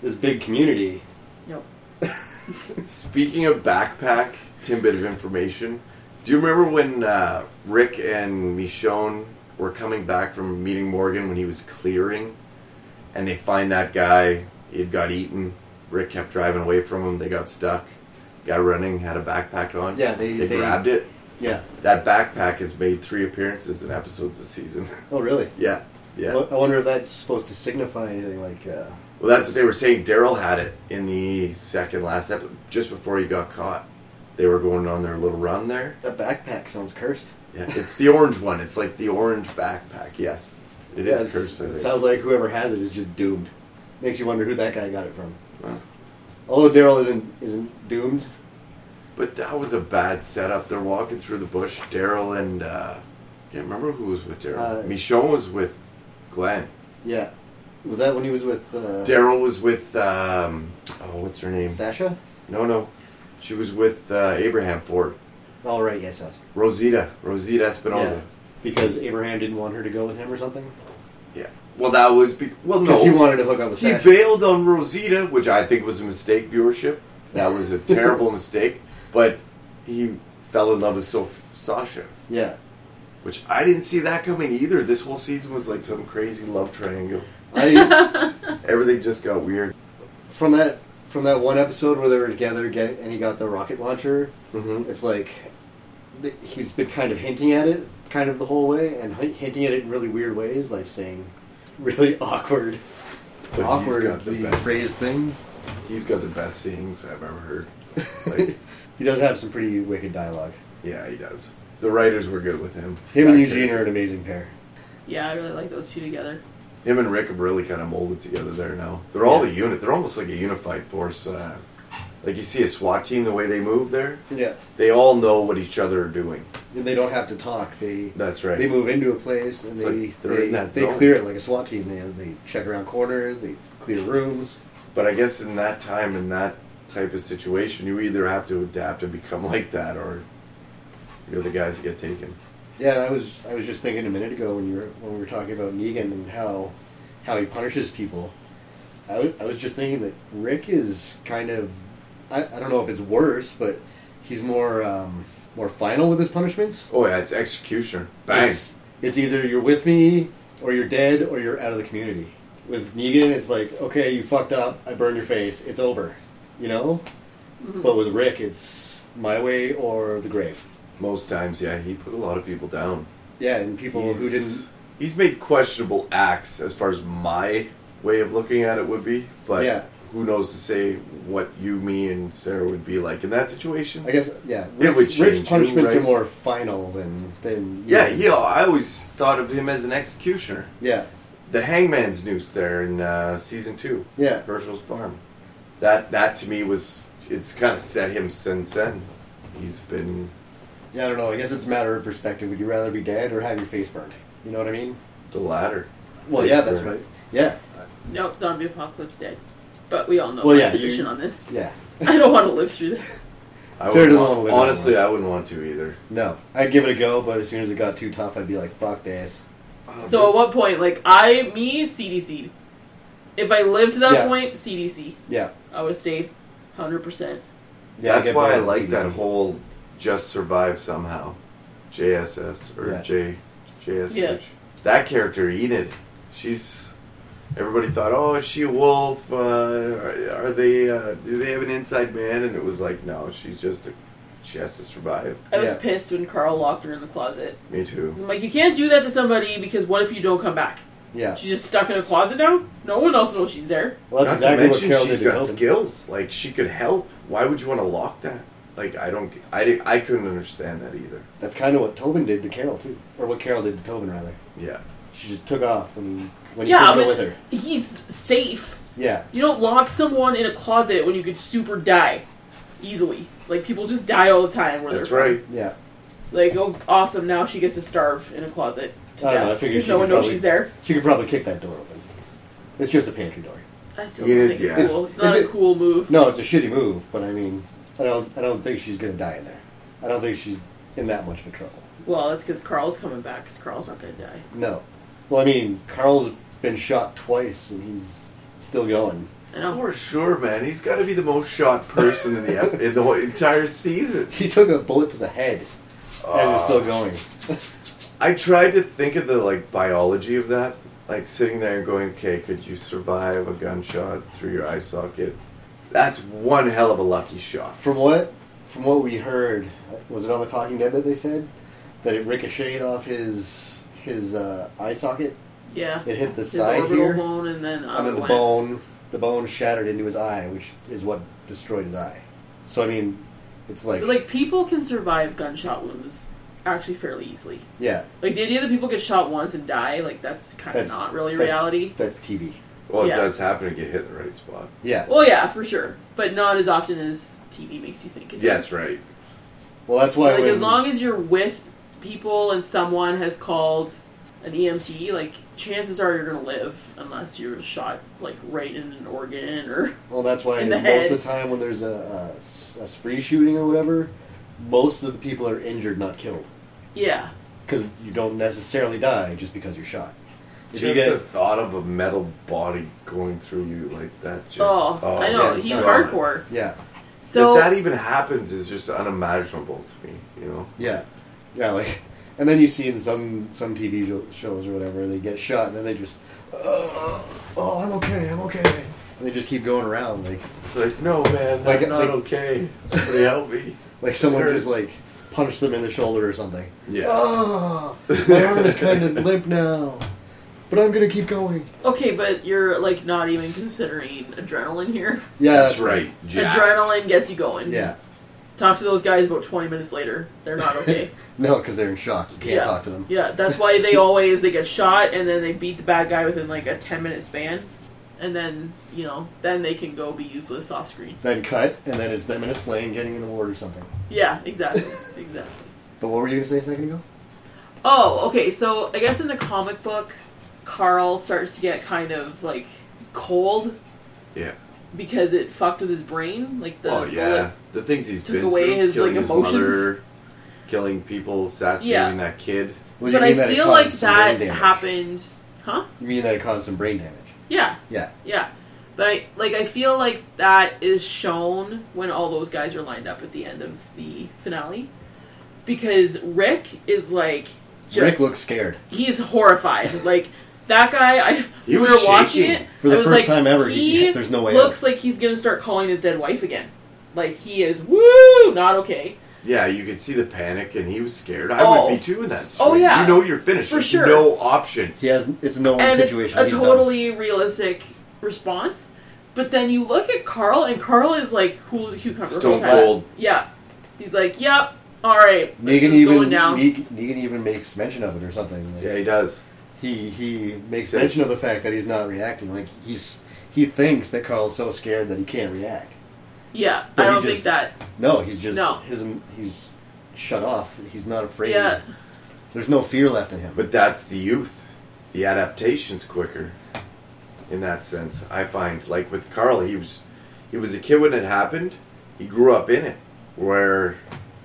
Speaker 1: this big community.
Speaker 2: Nope.
Speaker 4: Speaking of backpack, Tim, bit of information. Do you remember when uh, Rick and Michonne were coming back from meeting Morgan when he was clearing, and they find that guy? He had got eaten. Rick kept driving away from him. They got stuck. Guy running had a backpack on.
Speaker 1: Yeah, they-
Speaker 4: they
Speaker 1: they-
Speaker 4: grabbed it.
Speaker 1: Yeah.
Speaker 4: That backpack has made three appearances in episodes this season.
Speaker 1: Oh, really?
Speaker 4: yeah, yeah.
Speaker 1: I wonder if that's supposed to signify anything. Like, uh,
Speaker 4: Well, that's what they were saying. Daryl had it in the second last episode, just before he got caught. They were going on their little run there.
Speaker 1: that backpack sounds cursed.
Speaker 4: Yeah, it's the orange one. It's like the orange backpack. Yes, it
Speaker 1: Yeah,
Speaker 4: is
Speaker 1: it's-
Speaker 4: cursed. I
Speaker 1: It
Speaker 4: think.
Speaker 1: sounds like whoever has it is just doomed. Makes you wonder who that guy got it from.
Speaker 4: Well,
Speaker 1: Although Daryl isn't isn't doomed.
Speaker 4: but that was a bad setup. They're walking through the bush. Daryl and uh, can't remember who was with Daryl.
Speaker 1: Uh,
Speaker 4: Michonne was with Glenn.
Speaker 1: Yeah. Was that when he was with uh,
Speaker 4: Daryl was with um, oh, what's her name?
Speaker 1: Sasha?
Speaker 4: No, no, she was with uh, Abraham Ford.
Speaker 1: Oh, right. Yes, yes.
Speaker 4: Rosita, Rosita Espinosa.
Speaker 1: Because Abraham didn't want her to go with him or something.
Speaker 4: Yeah. Well, that was be- well.
Speaker 1: Because
Speaker 4: No,
Speaker 1: he wanted to hook up with
Speaker 4: He
Speaker 1: Sasha.
Speaker 4: bailed on Rosita, which I think was a mistake, viewership. That was a terrible mistake. But he fell in love with Sof- Sasha,
Speaker 1: yeah.
Speaker 4: which I didn't see that coming either. This whole season was like some crazy love triangle.
Speaker 1: I
Speaker 4: Everything just got weird.
Speaker 1: from that from that one episode where they were together get, and he got the rocket launcher.
Speaker 4: Mm-hmm.
Speaker 1: It's like th- he's been kind of hinting at it, kind of the whole way, and hi- hinting at it in really weird ways, like saying really awkward, awkwardly phrased things.
Speaker 4: He's got the best scenes I've ever heard. Like,
Speaker 1: He does have some pretty wicked dialogue.
Speaker 4: yeah, he does. The writers were good with him.
Speaker 1: Him and
Speaker 4: Back
Speaker 1: Eugene
Speaker 4: then.
Speaker 1: are an amazing pair.
Speaker 2: Yeah, I really like those two together.
Speaker 4: Him and Rick have really kind of molded together there now. They're all a unit. They're almost like a unified force. Uh, like you see a SWAT team, the way they move there,
Speaker 1: Yeah,
Speaker 4: they all know what each other are doing.
Speaker 1: and they don't have to talk. They
Speaker 4: That's right.
Speaker 1: they move into a place and
Speaker 4: It's
Speaker 1: they
Speaker 4: like they're
Speaker 1: they,
Speaker 4: in that
Speaker 1: they
Speaker 4: zone.
Speaker 1: clear it like a SWAT team. They they check around corners, they clear rooms.
Speaker 4: But I guess in that time, in that type of situation, you either have to adapt and become like that, or you're the guys that get taken.
Speaker 1: Yeah, and I was I was just thinking a minute ago when you were when we were talking about Negan and how how he punishes people. I wa- I was just thinking that Rick is kind of I, I don't know if it's worse, but he's more um, more final with his punishments.
Speaker 4: Oh yeah, it's executioner. Bang.
Speaker 1: It's, it's either you're with me or you're dead or you're out of the community. With Negan, it's like okay, you fucked up. I burned your face. It's over. You know. But with Rick, it's my way or the grave.
Speaker 4: Most times, yeah, he put a lot of people down.
Speaker 1: Yeah, and people who
Speaker 4: He's-
Speaker 1: didn't.
Speaker 4: He's made questionable acts as far as my way of looking at it would be, but
Speaker 1: Yeah.
Speaker 4: who knows to say what you, me, and Sarah would be like in that situation?
Speaker 1: I guess yeah.
Speaker 4: It would
Speaker 1: Rick's, Rick's
Speaker 4: change,
Speaker 1: punishments
Speaker 4: right?
Speaker 1: are more final than than
Speaker 4: yeah, yeah. I always thought of him as an executioner.
Speaker 1: yeah.
Speaker 4: the Hangman's Noose there in uh, season two,
Speaker 1: Yeah.
Speaker 4: Herschel's Farm. That that to me was it's kind of set him since then. He's been
Speaker 1: Yeah, I don't know. I guess it's a matter of perspective. Would you rather be dead or have your face burned? You know what I mean?
Speaker 4: the latter.
Speaker 1: Well,
Speaker 4: Face
Speaker 1: yeah, that's
Speaker 4: burned.
Speaker 1: right. Yeah,
Speaker 2: No, zombie apocalypse dead. But we all know
Speaker 1: Well,
Speaker 2: my
Speaker 1: yeah,
Speaker 2: position
Speaker 1: you-
Speaker 2: on this.
Speaker 1: yeah.
Speaker 2: I don't want to live through this.
Speaker 1: Sarah
Speaker 4: I wouldn't
Speaker 1: doesn't
Speaker 4: want-
Speaker 1: wanna live that
Speaker 4: honestly, I wouldn't want to either.
Speaker 1: No, I'd give it a go, but as soon as it got too tough, I'd be like, "Fuck this."
Speaker 4: Oh,
Speaker 2: So at what point, like I, me, CDC. If I lived to that
Speaker 1: Yeah.
Speaker 2: point, CDC,
Speaker 1: Yeah,
Speaker 2: I would have stayed, hundred percent.
Speaker 1: yeah. I'd
Speaker 4: That's
Speaker 1: get
Speaker 4: why I
Speaker 1: burned on
Speaker 4: like that
Speaker 1: CDC.
Speaker 4: whole "just survive somehow," JSS or
Speaker 1: Yeah.
Speaker 4: J JSH.
Speaker 2: Yeah.
Speaker 4: That character Enid, she's. Everybody thought, "Oh, is she a wolf? Uh, are, are they? Uh, do they have an inside man?" And it was like, "No, she's just. A, she has to survive."
Speaker 2: I was
Speaker 1: Yeah.
Speaker 2: pissed when Carl locked her in the closet.
Speaker 4: Me too.
Speaker 2: I'm like, you can't do that to somebody because what if you don't come back?
Speaker 1: Yeah,
Speaker 2: She's just stuck in a closet now. No one else knows she's there.
Speaker 1: well, that's
Speaker 4: Not
Speaker 1: exactly
Speaker 4: to
Speaker 1: what
Speaker 4: mention,
Speaker 1: Carol
Speaker 4: she's
Speaker 1: did to
Speaker 4: got
Speaker 1: Hilton.
Speaker 4: skills. Like she could help. Why would you want to lock that? Like I don't. I di- I couldn't understand that either.
Speaker 1: That's kind of what Tobin did to Carol too, or what Carol did to Tobin rather.
Speaker 4: Yeah.
Speaker 1: She just took off when when he
Speaker 2: Yeah,
Speaker 1: couldn't go
Speaker 2: but-
Speaker 1: with her.
Speaker 2: He's safe.
Speaker 1: Yeah,
Speaker 2: You don't lock someone in a closet when you could super die easily. Like people just die all the time. Where
Speaker 4: That's
Speaker 2: they're
Speaker 4: right.
Speaker 1: yeah.
Speaker 2: Like, oh, awesome! Now she gets to starve in a closet to
Speaker 1: I don't know, I
Speaker 2: death
Speaker 1: figured
Speaker 2: because
Speaker 1: she
Speaker 2: no
Speaker 1: could
Speaker 2: one knows
Speaker 1: probably-
Speaker 2: she's there.
Speaker 1: She could probably kick that door open. It's just a pantry door.
Speaker 2: I still
Speaker 4: You
Speaker 2: don't
Speaker 4: did-
Speaker 2: think it's
Speaker 4: yeah.
Speaker 2: cool.
Speaker 1: It's-
Speaker 2: It's not a
Speaker 1: it's a-
Speaker 2: cool move.
Speaker 1: No, it's a shitty move, but I mean, I don't, I don't think she's gonna die in there. I don't think she's in that much of trouble.
Speaker 2: Well, that's because Carl's coming back. Because Carl's not gonna die.
Speaker 1: No, well, I mean, Carl's been shot twice and he's still going.
Speaker 2: I know.
Speaker 4: For sure, man. He's got to be the most shot person in the ep- in the whole entire season.
Speaker 1: He took a bullet to the head and is
Speaker 4: Ah.
Speaker 1: still going.
Speaker 4: I tried to think of the like biology of that, like sitting there and going, "Okay, could you survive a gunshot through your eye socket?" That's one hell of a lucky shot.
Speaker 1: From what, from what we heard, was it on the Talking Dead that they said that it ricocheted off his his uh, eye socket?
Speaker 2: Yeah.
Speaker 1: It hit the
Speaker 2: His
Speaker 1: side
Speaker 2: orbital
Speaker 1: here,
Speaker 2: bone and then
Speaker 1: and
Speaker 2: um,
Speaker 1: then the bone, the bone shattered into his eye, which is what destroyed his eye. So I mean, it's like,
Speaker 2: But, like people can survive gunshot wounds actually fairly easily.
Speaker 1: yeah,
Speaker 2: Like the idea that people get shot once and die, like that's kind of
Speaker 1: That's-
Speaker 2: not really
Speaker 1: that's-
Speaker 2: reality.
Speaker 1: that's TV.
Speaker 4: Well,
Speaker 2: Yeah.
Speaker 4: it does happen to get hit in the right spot.
Speaker 1: Yeah.
Speaker 2: Well, yeah, for sure, but not as often as TV makes you think. It
Speaker 4: Yes,
Speaker 2: does.
Speaker 4: right.
Speaker 1: Well, that's why
Speaker 2: Like
Speaker 1: when,
Speaker 2: as long as you're with people and someone has called an EMT, like chances are you're gonna live unless you're shot like right in an organ or
Speaker 1: Well, that's why
Speaker 2: in the
Speaker 1: most
Speaker 2: head.
Speaker 1: of the time when there's a, a s- a spree shooting or whatever, most of the people are injured, not killed,
Speaker 2: yeah.
Speaker 1: because you don't necessarily die just because you're shot. If you
Speaker 4: Just the
Speaker 1: get,
Speaker 4: thought of a metal body going through you like that. Just,
Speaker 2: oh, I know
Speaker 1: yeah, it's
Speaker 2: he's
Speaker 1: not-
Speaker 2: hardcore.
Speaker 1: yeah,
Speaker 2: So
Speaker 4: that that even happens is just unimaginable to me. You know.
Speaker 1: yeah, yeah, like, and then you see in some some TV jo- shows or whatever, they get shot and then they just, oh, oh I'm okay, I'm okay, and they just keep going around like
Speaker 4: It's like, no, man,
Speaker 1: Like-
Speaker 4: I'm not
Speaker 1: like-
Speaker 4: okay. Somebody help me.
Speaker 1: like someone
Speaker 4: Sure.
Speaker 1: just like punched them in the shoulder or something.
Speaker 4: Yeah.
Speaker 1: Oh, my arm is kind of limp now, but I'm gonna keep going.
Speaker 2: okay, but you're like not even considering adrenaline here.
Speaker 1: Yeah,
Speaker 4: That's right. Jax.
Speaker 2: Adrenaline gets you going.
Speaker 1: Yeah.
Speaker 2: Talk to those guys about 20 minutes later. They're not okay.
Speaker 1: No, because they're in shock. You can't
Speaker 2: yeah.
Speaker 1: talk to them.
Speaker 2: Yeah, that's why they always they get shot and then they beat the bad guy within like a 10 minute span, and then you know then they can go be useless off screen.
Speaker 1: Then cut, and then it's them in a sling getting an award or something.
Speaker 2: Yeah, exactly, exactly.
Speaker 1: But what were you going to say a second ago?
Speaker 2: Oh, okay. So I guess in the comic book, Carl starts to get kind of like cold
Speaker 4: Yeah.
Speaker 2: because it fucked with his brain, like the
Speaker 4: oh yeah.
Speaker 2: bullet.
Speaker 4: the things he's
Speaker 2: took
Speaker 4: been
Speaker 2: away
Speaker 4: through,
Speaker 2: his,
Speaker 4: killing
Speaker 2: like,
Speaker 4: his
Speaker 2: emotions.
Speaker 4: mother, killing people, assassinating
Speaker 2: Yeah.
Speaker 4: that kid.
Speaker 1: Well, you
Speaker 2: but I
Speaker 1: mean that it
Speaker 2: feel
Speaker 1: caused
Speaker 2: like
Speaker 1: some brain
Speaker 2: that
Speaker 1: damage.
Speaker 2: happened, huh?
Speaker 1: You mean that it caused some brain damage?
Speaker 2: Yeah,
Speaker 1: Yeah.
Speaker 2: yeah. But I, like I feel like that is shown when all those guys are lined up at the end of the finale, because Rick is like just
Speaker 1: Rick looks scared.
Speaker 2: he's horrified. Like that guy, I we
Speaker 4: He was
Speaker 2: were watching
Speaker 4: shaking.
Speaker 2: it
Speaker 1: For the
Speaker 2: I was
Speaker 1: first
Speaker 2: like,
Speaker 1: time ever,
Speaker 2: He
Speaker 1: he- there's no way
Speaker 2: Looks like he's gonna start calling his dead wife again. Like he is woo not okay
Speaker 4: Yeah, you could see the panic, and he was scared. I
Speaker 2: Oh.
Speaker 4: would be too in that.
Speaker 2: Oh,
Speaker 4: situation.
Speaker 2: yeah.
Speaker 4: you know you're finished.
Speaker 2: For
Speaker 4: There's
Speaker 2: sure.
Speaker 4: no option.
Speaker 1: He has. It's a no one
Speaker 2: and it's
Speaker 1: situation.
Speaker 2: a
Speaker 1: He's done.
Speaker 2: totally realistic response. But then you look at Carl, and Carl is like cool as a cucumber. the whole
Speaker 4: Stone
Speaker 2: time.
Speaker 4: cold.
Speaker 2: Yeah, he's like, "Yep, all right, this
Speaker 1: Negan
Speaker 2: is going
Speaker 1: even
Speaker 2: down."
Speaker 1: Negan, Negan even makes mention of it or something. Like,
Speaker 4: Yeah, he does.
Speaker 1: he he makes
Speaker 4: Say-
Speaker 1: mention of the fact that he's not reacting. Like he's he thinks that Carl's so scared that he can't react.
Speaker 2: Yeah,
Speaker 1: But
Speaker 2: I
Speaker 1: he
Speaker 2: don't
Speaker 1: just-
Speaker 2: think that.
Speaker 1: No, he's just
Speaker 2: No.
Speaker 1: his he's shut off. He's not afraid.
Speaker 2: Yeah.
Speaker 1: There's no fear left in him.
Speaker 4: But that's the youth. The adaptation's quicker. In that sense, I find like with Carl, he was he was a kid when it happened. He grew up in it. Where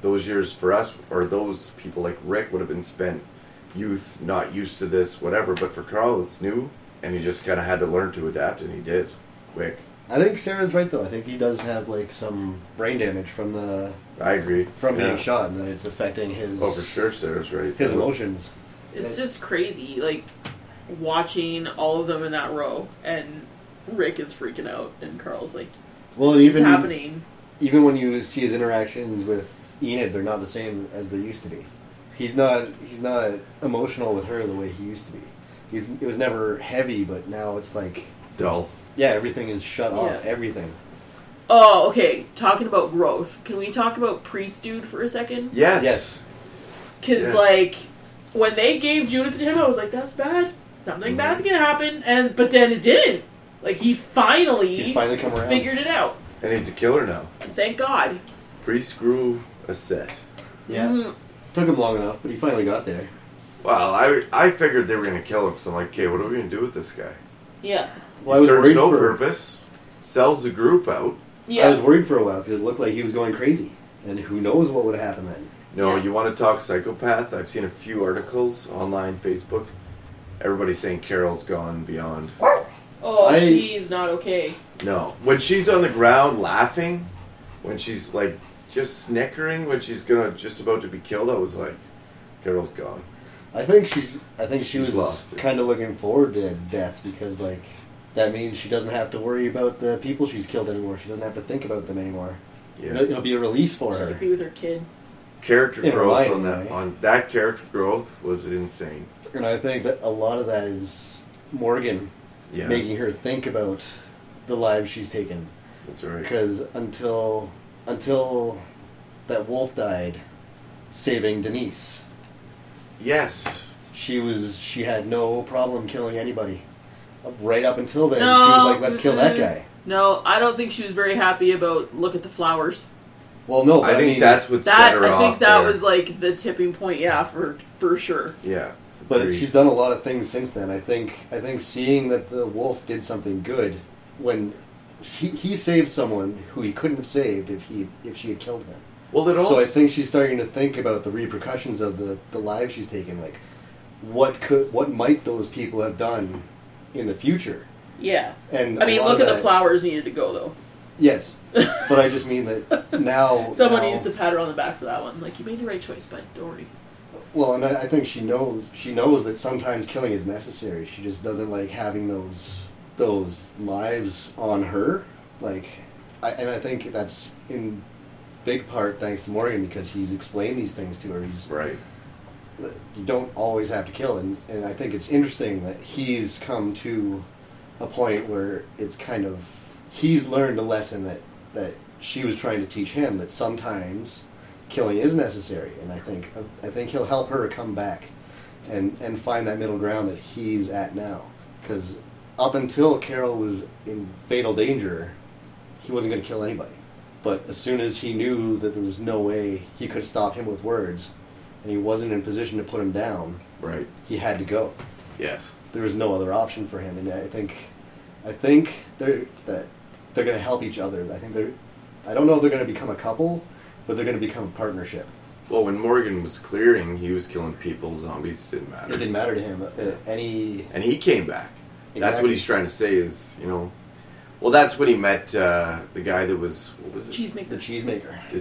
Speaker 4: those years for us or those people like Rick would have been spent youth, not used to this, whatever. But for Carl, it's new, and he just kind of had to learn to adapt, and he did quick.
Speaker 1: I think Sarah's right though. I think he does have like some brain damage from the
Speaker 4: I agree.
Speaker 1: from
Speaker 4: Yeah.
Speaker 1: being shot, and that it's affecting his
Speaker 4: Oh, for sure, Sarah's right.
Speaker 1: his emotions.
Speaker 2: It's just crazy, like watching all of them in that row, and Rick is freaking out, and Carl's like,
Speaker 1: Well,
Speaker 2: "This
Speaker 1: even
Speaker 2: is happening."
Speaker 1: even when you see his interactions with Enid, they're not the same as they used to be. He's not he's not emotional with her the way he used to be. He's it was never heavy, but now it's like
Speaker 4: dull.
Speaker 1: yeah, everything is shut off.
Speaker 2: Yeah.
Speaker 1: Everything.
Speaker 2: Oh, okay. Talking about growth, can we talk about Priest Dude for a second?
Speaker 4: Yes.
Speaker 1: Yes.
Speaker 2: Because,
Speaker 4: Yes.
Speaker 2: like, when they gave Judith and him, I was like, that's bad. Something
Speaker 1: Mm-hmm.
Speaker 2: bad's going to happen. And But then it didn't. Like, he finally,
Speaker 1: He's finally come around.
Speaker 2: figured it out.
Speaker 4: And he's a killer now.
Speaker 2: Thank God.
Speaker 4: Priest grew a set.
Speaker 1: Yeah,
Speaker 2: Mhm.
Speaker 1: took him long enough, but he finally got there.
Speaker 4: Wow, I I figured they were gonna kill him, so I'm like, okay, what are we gonna do with this guy?
Speaker 2: Yeah.
Speaker 1: Well, I
Speaker 4: he
Speaker 1: was
Speaker 4: serves
Speaker 1: worried
Speaker 4: no
Speaker 1: for
Speaker 4: purpose, sells the group out.
Speaker 2: Yeah.
Speaker 1: I was worried for a while because it looked like he was going crazy, and who knows what would have happened then.
Speaker 4: No,
Speaker 2: Yeah.
Speaker 4: you want to talk psychopath? I've seen a few articles online, Facebook. Everybody's saying Carol's gone beyond.
Speaker 2: oh,
Speaker 1: I-
Speaker 2: she's not okay.
Speaker 4: No, when she's on the ground laughing, when she's like just snickering, when she's gonna just about to be killed, I was like, Carol's gone.
Speaker 1: I think she, I think she
Speaker 4: She's
Speaker 1: was
Speaker 4: lost it.
Speaker 1: kind of looking forward to death because like that means she doesn't have to worry about the people she's killed anymore. She doesn't have to think about them anymore.
Speaker 4: Yeah,
Speaker 1: It'll, it'll be a release for
Speaker 2: She
Speaker 1: her.
Speaker 2: could be with her kid.
Speaker 4: character
Speaker 1: In
Speaker 4: growth
Speaker 1: line,
Speaker 4: on that
Speaker 1: right?
Speaker 4: on that character growth was insane.
Speaker 1: And I think that a lot of that is Morgan
Speaker 4: Yeah,
Speaker 1: making her think about the lives she's taken.
Speaker 4: that's right.
Speaker 1: Because until until that wolf died, saving Denise,
Speaker 4: Yes,
Speaker 1: she was she had no problem killing anybody. Right up until then, she
Speaker 2: No,
Speaker 1: was like, "Let's kill that
Speaker 2: mm-mm.
Speaker 1: guy."
Speaker 2: No, I don't think she was very happy about look at the flowers.
Speaker 1: Well, no, but
Speaker 4: I
Speaker 1: I,
Speaker 4: think
Speaker 1: mean,
Speaker 4: that's what
Speaker 2: That
Speaker 4: set her
Speaker 2: I think
Speaker 4: off
Speaker 2: that
Speaker 4: there.
Speaker 2: was like the tipping point. Yeah, for for sure.
Speaker 4: yeah.
Speaker 1: But
Speaker 4: Agreed.
Speaker 1: she's done a lot of things since then. I think I think seeing that the wolf did something good when he, he saved someone who he couldn't have saved if he if she had killed him.
Speaker 4: well, it also
Speaker 1: So I think she's starting to think about the repercussions of the the lives she's taken. Like, what could what might those people have done in the future?
Speaker 2: Yeah.
Speaker 1: And a
Speaker 2: I mean,
Speaker 1: lot
Speaker 2: look
Speaker 1: of
Speaker 2: at the
Speaker 1: that-
Speaker 2: flowers needed to go though.
Speaker 1: Yes, but I just mean that now
Speaker 2: Someone
Speaker 1: now-
Speaker 2: needs to pat her on the back for that one. Like you made the right choice, bud. Don't worry.
Speaker 1: Well, and I, I think she knows she knows that sometimes killing is necessary. She just doesn't like having those those lives on her. Like, I, and I think that's in big part thanks to Morgan because he's explained these things to her. He's
Speaker 4: right.
Speaker 1: you don't always have to kill, and and I think it's interesting that he's come to a point where it's kind of he's learned a lesson that that she was trying to teach him that sometimes killing is necessary, and I think I think he'll help her come back and and find that middle ground that he's at now because up until Carol was in fatal danger, he wasn't going to kill anybody. But as soon as he knew that there was no way he could stop him with words, and he wasn't in position to put him down,
Speaker 4: Right.
Speaker 1: he had to go.
Speaker 4: Yes.
Speaker 1: There was no other option for him, and I think, I think they're that they're going to help each other. I think they're, I don't know if they're going to become a couple, but they're going to become a partnership.
Speaker 4: Well, when Morgan was clearing, he was killing people. Zombies didn't
Speaker 1: It
Speaker 4: matter.
Speaker 1: didn't matter to him. Uh, any
Speaker 4: And he came back. That's
Speaker 1: Exactly.
Speaker 4: what he's trying to say is, you know, well, that's when he met uh, the guy that was what was it?
Speaker 1: the
Speaker 2: Cheesemaker.
Speaker 1: cheesemaker.
Speaker 4: The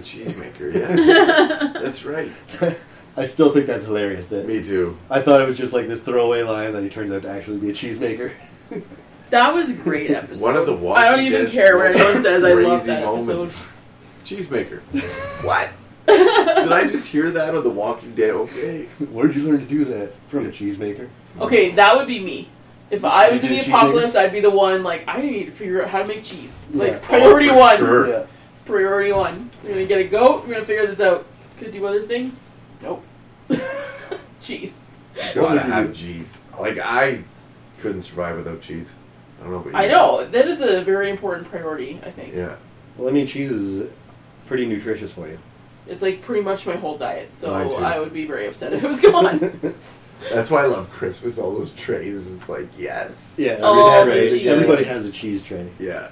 Speaker 4: cheesemaker. Yeah. that's right.
Speaker 1: I still think that's hilarious. That
Speaker 4: Me too.
Speaker 1: I thought it was just like this throwaway line that he turns out to actually be a cheesemaker.
Speaker 2: That was a great episode.
Speaker 4: One of the Walking
Speaker 2: I don't even
Speaker 4: Dead's
Speaker 2: care what
Speaker 4: most
Speaker 2: anyone says. I love
Speaker 4: crazy
Speaker 2: that
Speaker 4: moments.
Speaker 2: episode.
Speaker 4: Cheesemaker. what? Did I just hear that on The Walking Dead? Okay.
Speaker 1: Where'd you learn to do that from a cheesemaker?
Speaker 2: Okay, that would be me. If I was
Speaker 1: You
Speaker 2: in the
Speaker 1: did cheesemaker?
Speaker 2: apocalypse, I'd be the one like I need to figure out how to make cheese. Like
Speaker 1: Yeah.
Speaker 2: priority
Speaker 4: Oh,
Speaker 2: one.
Speaker 4: for sure. Sure.
Speaker 1: Yeah.
Speaker 2: Priority one. We're gonna get a goat. We're gonna figure this out. Could do other things. Nope. cheese.
Speaker 4: Gotta have cheese. Like I couldn't survive without cheese. I don't know about you.
Speaker 2: I know that is a very important priority. I
Speaker 4: guys.
Speaker 2: think
Speaker 4: Yeah.
Speaker 1: Well, I mean, cheese is pretty nutritious for you.
Speaker 2: it's like pretty much my whole diet, so
Speaker 4: Mine too.
Speaker 2: I would be very upset if it was gone.
Speaker 4: That's why I love Christmas. All those trays. It's like yes.
Speaker 1: yeah, every
Speaker 2: Oh,
Speaker 1: tray-
Speaker 2: the cheese.
Speaker 1: everybody has a cheese tray.
Speaker 4: Yeah.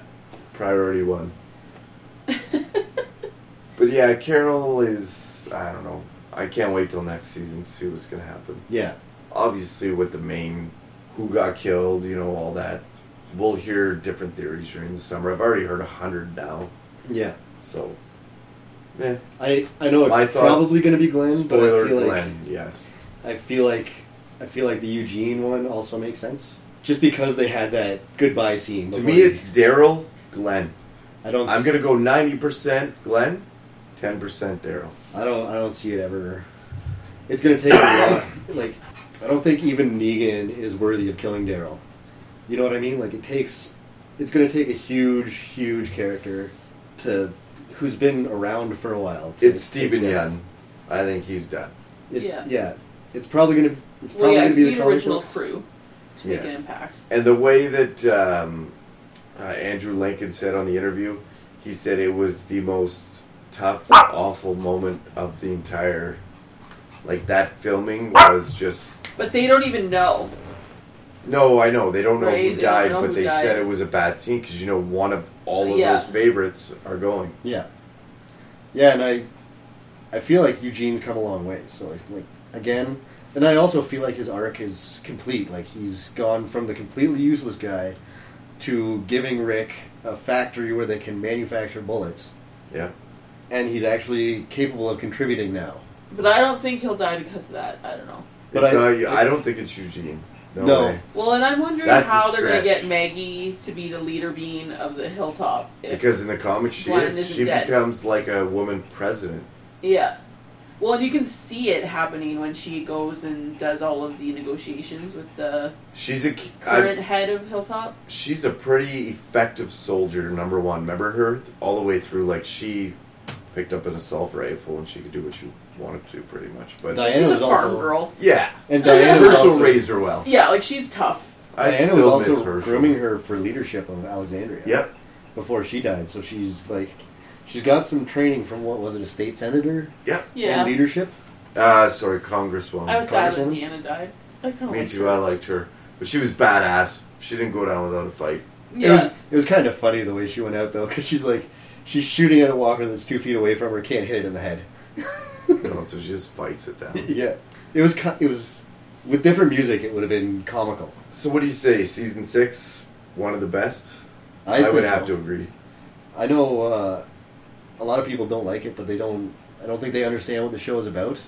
Speaker 4: Priority one. But yeah, Carol is. I don't know. I can't wait till next season to see what's gonna happen.
Speaker 1: Yeah,
Speaker 4: Obviously, with the main, who got killed, you know, all that. We'll hear different theories during the summer. I've already heard a hundred now,
Speaker 1: yeah.
Speaker 4: so. Yeah.
Speaker 1: I I know it's
Speaker 4: My thoughts-
Speaker 1: probably going to be Glenn,
Speaker 4: Spoiler
Speaker 1: but I feel
Speaker 4: Glenn. yes.
Speaker 1: like I feel like I feel like the Eugene one also makes sense, just because they had that goodbye scene.
Speaker 4: To
Speaker 1: before
Speaker 4: me,
Speaker 1: he-
Speaker 4: it's Daryl Glenn.
Speaker 1: I don't
Speaker 4: I'm gonna go ninety percent Glenn, ten percent Daryl.
Speaker 1: I don't I don't see it ever. It's going to take a lot. Like I don't think even Negan is worthy of killing Daryl. You know what I mean? Like it takes it's going to take a huge huge character to who's been around for a while. To
Speaker 4: It's Stephen
Speaker 1: take
Speaker 4: Yun. I think he's done.
Speaker 1: It-
Speaker 2: Yeah.
Speaker 1: yeah. It's probably going to it's
Speaker 2: well,
Speaker 1: probably
Speaker 2: yeah,
Speaker 1: going
Speaker 2: it's
Speaker 1: to be
Speaker 2: the,
Speaker 1: the, comic
Speaker 2: original
Speaker 1: books.
Speaker 2: crew to make
Speaker 4: Yeah.
Speaker 2: an impact.
Speaker 4: And the way that um, uh, Andrew Lincoln said on the interview, he said it was the most tough, awful moment of the entire. Like that filming was just.
Speaker 2: But they don't even know.
Speaker 4: No, I know they don't know
Speaker 2: Right, they
Speaker 4: who
Speaker 2: don't
Speaker 4: died,
Speaker 2: know
Speaker 4: but
Speaker 2: who
Speaker 4: they
Speaker 2: died.
Speaker 4: said it was a bad scene because you know one of all of
Speaker 2: Yeah.
Speaker 4: those favorites are going.
Speaker 1: Yeah. Yeah, and I I feel like Eugene's come a long way. So it's like again, and I also feel like his arc is complete. Like he's gone from the completely useless guy to giving Rick a factory where they can manufacture bullets,
Speaker 4: Yeah.
Speaker 1: and he's actually capable of contributing now.
Speaker 2: But I don't think he'll die because of that. I don't know.
Speaker 1: But
Speaker 4: It's
Speaker 1: I-
Speaker 4: not- I don't think it's Eugene. No.
Speaker 1: No.
Speaker 4: way.
Speaker 2: Well, and I'm wondering
Speaker 4: That's a
Speaker 2: how they're going to
Speaker 4: stretch.
Speaker 2: get Maggie to be the leader bean of the hilltop. If,
Speaker 4: Because in the comics, she
Speaker 2: Glenn
Speaker 4: is.
Speaker 2: isn't
Speaker 4: She
Speaker 2: dead.
Speaker 4: becomes like a woman president.
Speaker 2: yeah, well, and you can see it happening when she goes and does all of the negotiations with the
Speaker 4: She's a. k- I-
Speaker 2: current head of Hilltop.
Speaker 4: she's a pretty effective soldier. Number one, remember her th- all the way through. Like she picked up an assault rifle and she could do what she wanted to do, pretty much. But
Speaker 1: Diana
Speaker 2: She's a
Speaker 1: was also-
Speaker 2: farm girl.
Speaker 4: yeah,
Speaker 1: And Diana was
Speaker 4: Herschel
Speaker 1: also,
Speaker 4: raised her well.
Speaker 2: Yeah, like she's tough.
Speaker 4: I
Speaker 1: Diana was
Speaker 4: still
Speaker 1: also
Speaker 4: miss Herschel.
Speaker 1: grooming her for leadership of Alexandria.
Speaker 4: Yep,
Speaker 1: Before she died, so she's like, she's got some training from what was it, a state senator
Speaker 4: yep.
Speaker 1: and
Speaker 2: Yeah,
Speaker 1: leadership.
Speaker 4: Uh, sorry, Congresswoman.
Speaker 2: I was sad when
Speaker 1: Congresswoman?
Speaker 2: Deanna died. I kind of
Speaker 4: Me too. I liked her, but she was badass. She didn't go down without a fight.
Speaker 1: It
Speaker 2: Yeah,
Speaker 1: was it was kind of funny the way she went out though, because she's like she's shooting at a walker that's two feet away from her, can't hit it in the head.
Speaker 4: You know, so she just fights it down.
Speaker 1: yeah, it was ki- it was with different music, it would have been comical.
Speaker 4: So what do you say? Season six, one of the best. I,
Speaker 1: think
Speaker 4: would
Speaker 1: so.
Speaker 4: have to agree.
Speaker 1: I know uh, a lot of people don't like it, but they don't. I don't think they understand what the show is about.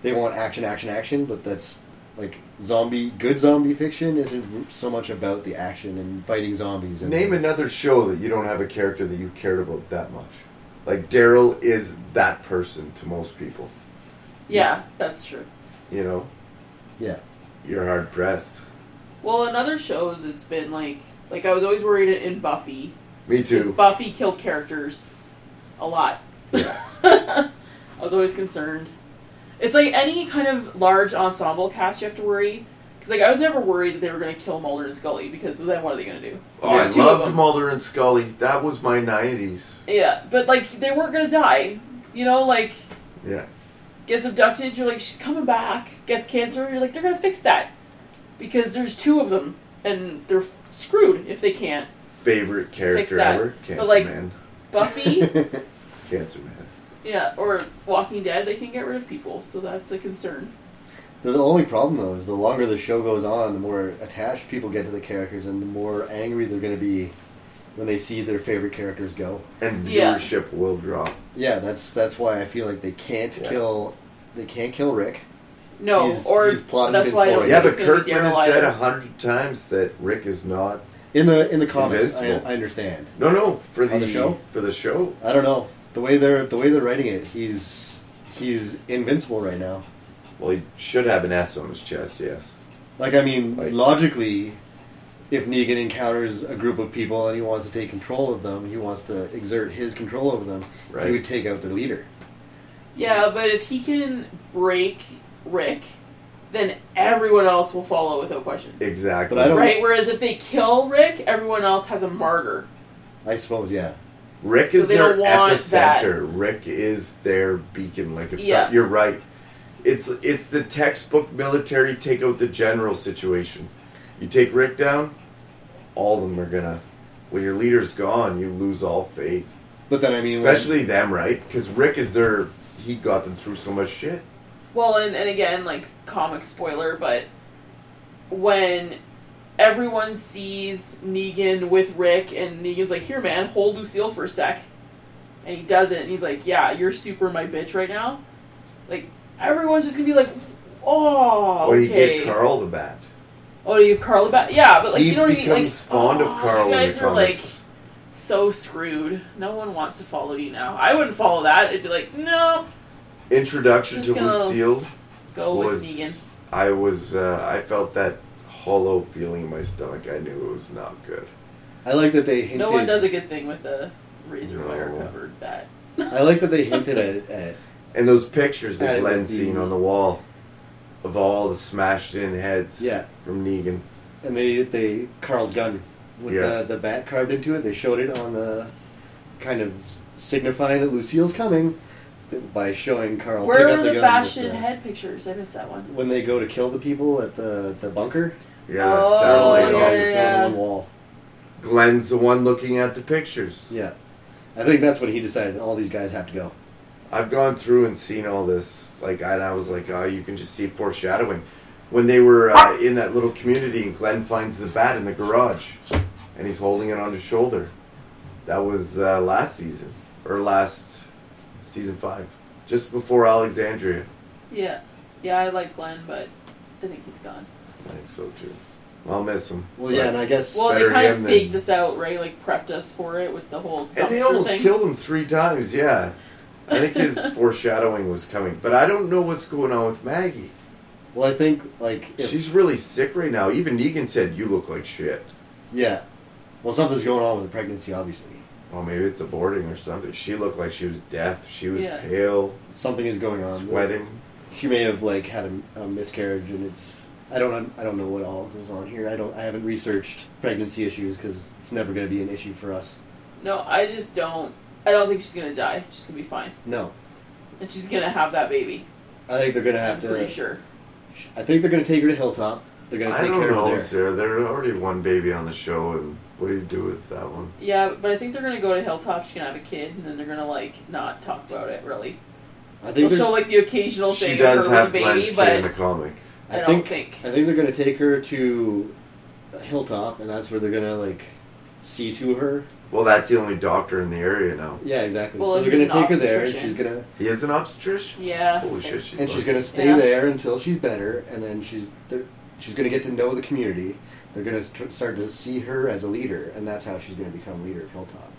Speaker 1: They want action, action, action, but that's like zombie good zombie fiction isn't so much about the action and fighting zombies. And,
Speaker 4: Name another show that you don't have a character that you cared about that much. Like Daryl is that person to most people.
Speaker 2: yeah, that's true.
Speaker 4: You know,
Speaker 1: Yeah,
Speaker 4: you're hard pressed.
Speaker 2: Well, in other shows, it's been like like I was always worried in Buffy
Speaker 4: Me
Speaker 2: because
Speaker 4: too.
Speaker 2: Buffy killed characters a lot.
Speaker 4: Yeah.
Speaker 2: I was always concerned. It's like any kind of large ensemble cast, you have to worry. Because like I was never worried that they were going to kill Mulder and Scully because then what are they going to do?
Speaker 4: Oh, I
Speaker 2: There's two of
Speaker 4: loved
Speaker 2: them.
Speaker 4: Mulder and Scully. That was my '90s.
Speaker 2: Yeah, but like they weren't going to die. You know, like
Speaker 4: Yeah,
Speaker 2: gets abducted, you're like she's coming back. Gets cancer, you're like they're going to fix that because there's two of them and they're f- screwed if they can't.
Speaker 4: favorite
Speaker 2: Fix
Speaker 4: character
Speaker 2: that.
Speaker 4: ever.
Speaker 2: But,
Speaker 4: Cancer
Speaker 2: like-
Speaker 4: Man.
Speaker 2: Buffy,
Speaker 4: Cancer Man.
Speaker 2: yeah, or Walking Dead, they can get rid of people, so that's a concern.
Speaker 1: The the only problem though is the longer the show goes on, the more attached people get to the characters, and the more angry they're going to be when they see their favorite characters go.
Speaker 4: And
Speaker 2: Yeah.
Speaker 4: viewership will drop.
Speaker 1: Yeah, that's that's why I feel like they can't
Speaker 4: Yeah.
Speaker 1: kill they can't kill Rick.
Speaker 2: No,
Speaker 1: He's-
Speaker 2: or
Speaker 1: he's plotting
Speaker 2: that's why I
Speaker 1: against
Speaker 2: don't
Speaker 1: Laura.
Speaker 2: think
Speaker 4: Yeah,
Speaker 2: it's
Speaker 4: but
Speaker 2: going to be
Speaker 4: Kirkman
Speaker 2: Daryl
Speaker 4: has said
Speaker 2: either.
Speaker 4: uh, a hundred times that Rick is not.
Speaker 1: In the in the comics, I,
Speaker 4: Invincible.
Speaker 1: I understand.
Speaker 4: No, no, for the,
Speaker 1: On the show?
Speaker 4: for the show.
Speaker 1: I don't know the way they're the way they're writing it. He's he's invincible right now.
Speaker 4: Well, he should have an S on his chest. Yes.
Speaker 1: Like I mean,
Speaker 4: Right.
Speaker 1: logically, if Negan encounters a group of people and he wants to take control of them, he wants to exert his control over them.
Speaker 4: Right.
Speaker 1: He would take out their leader.
Speaker 2: Yeah, but if he can break Rick then everyone else will follow without question.
Speaker 4: Exactly.
Speaker 1: But I don't-
Speaker 2: Right? Whereas if they kill Rick, everyone else has a martyr.
Speaker 1: I suppose, yeah.
Speaker 4: Rick
Speaker 2: So
Speaker 4: is
Speaker 2: they
Speaker 4: their
Speaker 2: don't want
Speaker 4: epicenter.
Speaker 2: that.
Speaker 4: Rick is their beacon. Like if
Speaker 2: Yeah.
Speaker 4: some, you're right, it's it's the textbook military take out the general situation. You take Rick down, all of them are gonna. When your leader's gone, you lose all faith,
Speaker 1: But then I mean, when-
Speaker 4: especially them, right? Because Rick is their. He got them through so much shit.
Speaker 2: Well, and, and again, like comic spoiler, but when everyone sees Negan with Rick, and Negan's like, "Here, man, hold Lucille for a sec," and he does it, and he's like, "Yeah, you're super my bitch right now." Like everyone's just gonna be like, "Oh,
Speaker 4: Or you
Speaker 2: okay."
Speaker 4: give Carl the bat.
Speaker 2: Oh, you have Carl about yeah, but like
Speaker 4: He
Speaker 2: you know what I mean? Like
Speaker 4: becomes fond of
Speaker 2: "Oh,
Speaker 4: Carl in
Speaker 2: You
Speaker 4: the
Speaker 2: guys are like
Speaker 4: comics."
Speaker 2: so screwed. No one wants to follow you now. I wouldn't follow that. It'd be like, no,
Speaker 4: Introduction
Speaker 2: Just
Speaker 4: to
Speaker 2: gonna-
Speaker 4: Lucille
Speaker 2: go
Speaker 4: was.
Speaker 2: with Negan.
Speaker 4: I was. Uh, I felt that hollow feeling in my stomach. I knew it was not good.
Speaker 1: I like that they hinted.
Speaker 2: No one does a good thing with a razor
Speaker 4: No.
Speaker 2: wire covered bat.
Speaker 1: I like that they hinted at, at
Speaker 4: And those pictures that
Speaker 1: Added
Speaker 4: Glenn's
Speaker 1: the-
Speaker 4: seen on the wall of all the smashed in heads
Speaker 1: Yeah.
Speaker 4: from Negan.
Speaker 1: and they they Carl's gun with
Speaker 4: Yeah.
Speaker 1: the the bat carved into it. They showed it on the kind of signifying that Lucille's coming by showing Carl.
Speaker 2: Where
Speaker 1: pick up
Speaker 2: were the,
Speaker 1: gun with
Speaker 2: bastion
Speaker 1: the-
Speaker 2: head pictures? I missed that one.
Speaker 1: When they go to kill the people at the the bunker,
Speaker 4: Yeah,
Speaker 2: Oh,
Speaker 4: satellite
Speaker 2: yeah,
Speaker 4: office.
Speaker 1: it's
Speaker 2: yeah.
Speaker 1: on one wall.
Speaker 4: Glenn's the one looking at the pictures.
Speaker 1: Yeah, I think that's when he decided all these guys have to go.
Speaker 4: I've gone through and seen all this. Like, and I was like, oh, you can just see foreshadowing. When they were uh,
Speaker 2: Ah!
Speaker 4: in that little community and Glenn finds the bat in the garage and he's holding it on his shoulder. That was uh, last season, or last season five, just before Alexandria.
Speaker 2: Yeah, yeah, I like Glenn, but I think he's gone.
Speaker 4: I think so too. I'll miss him.
Speaker 1: Well, yeah,
Speaker 4: But-
Speaker 1: and I guess
Speaker 2: Well,
Speaker 4: Better
Speaker 2: they kind
Speaker 4: him
Speaker 2: of
Speaker 4: than-
Speaker 2: faked us out, right? Like prepped us for it with the whole dumpster
Speaker 4: And they almost
Speaker 2: thing.
Speaker 4: killed him three times, yeah. I think his foreshadowing was coming. But I don't know what's going on with Maggie.
Speaker 1: well, I think like if,
Speaker 4: She's really sick right now. Even Negan said, You look like shit.
Speaker 1: yeah, well something's going on with the pregnancy. Obviously,
Speaker 4: Well, maybe it's aborting or something. She looked like she was deaf. She was
Speaker 2: Yeah.
Speaker 4: pale,
Speaker 1: something is going on.
Speaker 4: sweating.
Speaker 1: she may have like had a, a miscarriage and it's I don't I don't know what all goes on here. I don't I haven't researched pregnancy issues because it's never going to be an issue for us.
Speaker 2: No, I just don't. I don't think she's gonna die. She's gonna be fine,
Speaker 1: No,
Speaker 2: and she's gonna have that baby.
Speaker 1: I think they're going to have
Speaker 2: I'm
Speaker 1: to.
Speaker 2: pretty sure.
Speaker 1: I think they're going to take her to Hilltop. They're going to
Speaker 4: I
Speaker 1: take
Speaker 4: don't
Speaker 1: care of
Speaker 4: know,
Speaker 1: her there.
Speaker 4: Sarah. There already one baby on the show, and what do you do with that one?
Speaker 2: Yeah, but I think they're gonna go to Hilltop. She's gonna have a kid, and then they're gonna like not talk about it really.
Speaker 1: I
Speaker 2: They'll
Speaker 1: think they're,
Speaker 2: show like the occasional thing
Speaker 4: She
Speaker 2: of
Speaker 4: does
Speaker 2: her
Speaker 4: have
Speaker 2: with a
Speaker 4: Glenn's
Speaker 2: baby,
Speaker 4: kid in
Speaker 2: but
Speaker 4: the comic.
Speaker 2: I
Speaker 1: I
Speaker 2: don't
Speaker 1: think
Speaker 2: think.
Speaker 1: I think they're going to take her to Hilltop and that's where they're going to like see to her.
Speaker 4: Well, that's the only doctor in the area now.
Speaker 1: Yeah, exactly.
Speaker 2: Well,
Speaker 1: so
Speaker 2: if
Speaker 1: they're going
Speaker 2: it's
Speaker 1: to
Speaker 2: an
Speaker 1: take her there and
Speaker 2: obstetrician.
Speaker 1: she's going to
Speaker 4: He is an obstetrician?
Speaker 2: Yeah.
Speaker 4: Holy shit, she's
Speaker 1: and she's gonna stay
Speaker 2: Yeah.
Speaker 1: there until she's better, and then she's they're- she's gonna get to know the community. They're gonna st- start to see her as a leader, and that's how she's gonna become leader of Hilltop.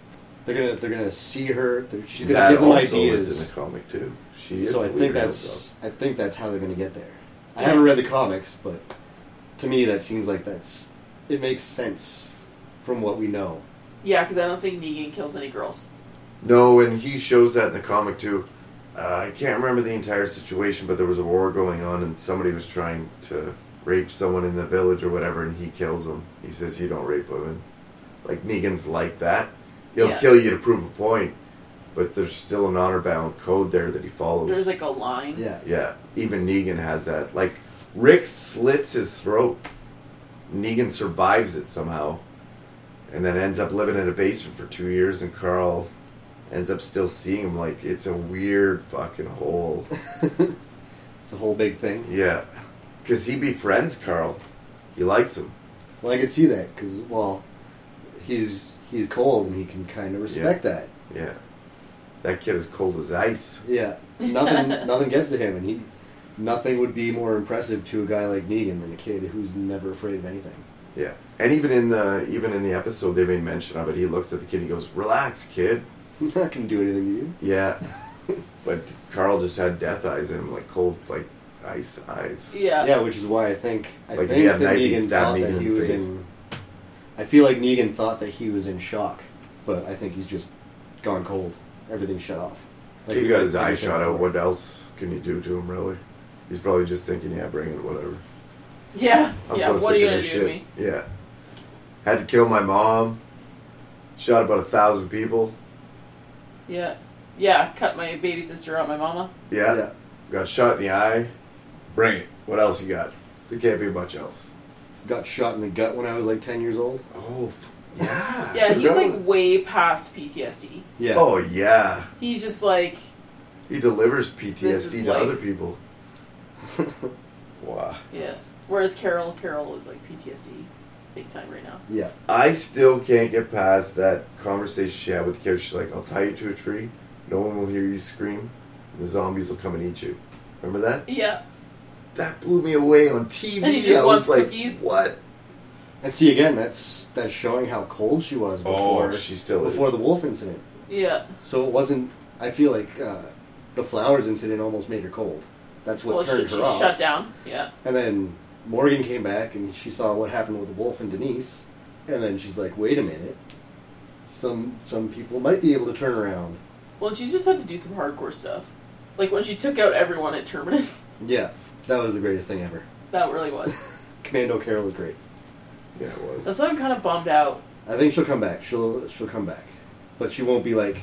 Speaker 1: They're gonna they're gonna see her. They're, she's gonna
Speaker 4: that
Speaker 1: give them
Speaker 4: also is in
Speaker 1: ideas.
Speaker 4: the comic, too. She is
Speaker 1: So I
Speaker 4: the
Speaker 1: think
Speaker 4: leader of
Speaker 1: that's I think that's how they're gonna get there. I
Speaker 2: Yeah.
Speaker 1: haven't read the comics, but to me that seems like that's it makes sense from what we know.
Speaker 2: Yeah, because I don't think Negan kills any girls.
Speaker 4: No, and he shows that in the comic too. Uh, I can't remember the entire situation, but there was a war going on, and somebody was trying to rape someone in the village or whatever, and he kills him. He says, "You don't rape women." Like Negan's like that. He'll
Speaker 2: Yeah.
Speaker 4: kill you to prove a point, but there's still an honor bound code there that he follows.
Speaker 2: There's like a line.
Speaker 1: Yeah,
Speaker 4: yeah, even Negan has that. Like Rick slits his throat. Negan survives it somehow, and then ends up living in a basement for two years. And Carl ends up still seeing him. Like it's a weird fucking hole.
Speaker 1: it's a whole big thing.
Speaker 4: Yeah, because he befriends Carl. He likes him.
Speaker 1: Well, I can see that because well, he's he's cold and he can kind of respect that.
Speaker 4: Yeah, that kid is cold as ice.
Speaker 1: Yeah, nothing nothing gets to him, and he nothing would be more impressive to a guy like Negan than a kid who's never afraid of anything.
Speaker 4: Yeah, and even in the even in the episode they made mention of it. He looks at the kid. He goes, "Relax, kid."
Speaker 1: I'm not gonna do anything to you.
Speaker 4: Yeah. but Carl just had death eyes in him, like cold, like ice eyes.
Speaker 2: Yeah.
Speaker 1: Yeah, which is why I think I
Speaker 4: Like,
Speaker 1: think
Speaker 4: yeah,
Speaker 1: that
Speaker 4: knife, he'd
Speaker 1: Negan
Speaker 4: stab
Speaker 1: thought
Speaker 4: Negan in
Speaker 1: that he
Speaker 4: the
Speaker 1: was
Speaker 4: face.
Speaker 1: in. I feel like Negan thought that he was in shock, but I think he's just gone cold. Everything shut off.
Speaker 4: he
Speaker 1: we-
Speaker 4: got his
Speaker 1: like we
Speaker 4: eye
Speaker 1: said
Speaker 4: shot out.
Speaker 1: before.
Speaker 4: What else can you do to him, really? He's probably just thinking, yeah, bring it, whatever.
Speaker 2: Yeah.
Speaker 4: I'm
Speaker 2: yeah.
Speaker 4: so
Speaker 2: what
Speaker 4: sick
Speaker 2: are you
Speaker 4: of
Speaker 2: gonna
Speaker 4: this
Speaker 2: do to
Speaker 4: shit.
Speaker 2: me?
Speaker 4: Yeah. Had to kill my mom. Shot about a thousand people.
Speaker 2: Yeah. Yeah. Cut my baby sister out, my mama.
Speaker 4: Yeah. Got shot in the eye. Bring it. What else you got? There can't be much else.
Speaker 1: Got shot in the gut when I was like 10 years old.
Speaker 4: Oh, f- yeah.
Speaker 2: Yeah. He's
Speaker 4: Remember-
Speaker 2: like way past PTSD.
Speaker 1: Yeah.
Speaker 4: Oh yeah.
Speaker 2: He's just like,
Speaker 4: He delivers
Speaker 2: This is
Speaker 4: PTSD to
Speaker 2: life.
Speaker 4: other people. Oh. Wow.
Speaker 2: yeah. Whereas Carol, Carol is like PTSD, big time right now.
Speaker 1: yeah.
Speaker 4: I still can't get past that conversation she had with the kid. She's like, I'll tie you to a tree. No one will hear you scream. And the zombies will come and eat you. Remember that?
Speaker 2: Yeah.
Speaker 4: That blew me away on TV.
Speaker 2: And he just
Speaker 4: I
Speaker 2: wants
Speaker 4: was like,
Speaker 2: cookies.
Speaker 4: what?
Speaker 1: And see again, that's that's showing how cold she was before
Speaker 4: Oh, she still is.
Speaker 1: before the wolf incident.
Speaker 2: Yeah.
Speaker 1: So it wasn't. I feel like uh, the flowers incident almost made her cold. That's what
Speaker 2: well, she,
Speaker 1: turned
Speaker 2: she
Speaker 1: her off.
Speaker 2: shut down. Yeah.
Speaker 1: And then Morgan came back and she saw what happened with the wolf and Denise. And then she's like, "Wait a minute, some some people might be able to turn around."
Speaker 2: Well, she just had to do some hardcore stuff. Like when she took out everyone at Terminus.
Speaker 1: Yeah, that was the greatest thing ever.
Speaker 2: That really was.
Speaker 1: Commando Carol is great.
Speaker 4: Yeah, it was.
Speaker 2: That's why I'm kind of bummed out.
Speaker 1: I think she'll come back. She'll she'll come back, but she won't be like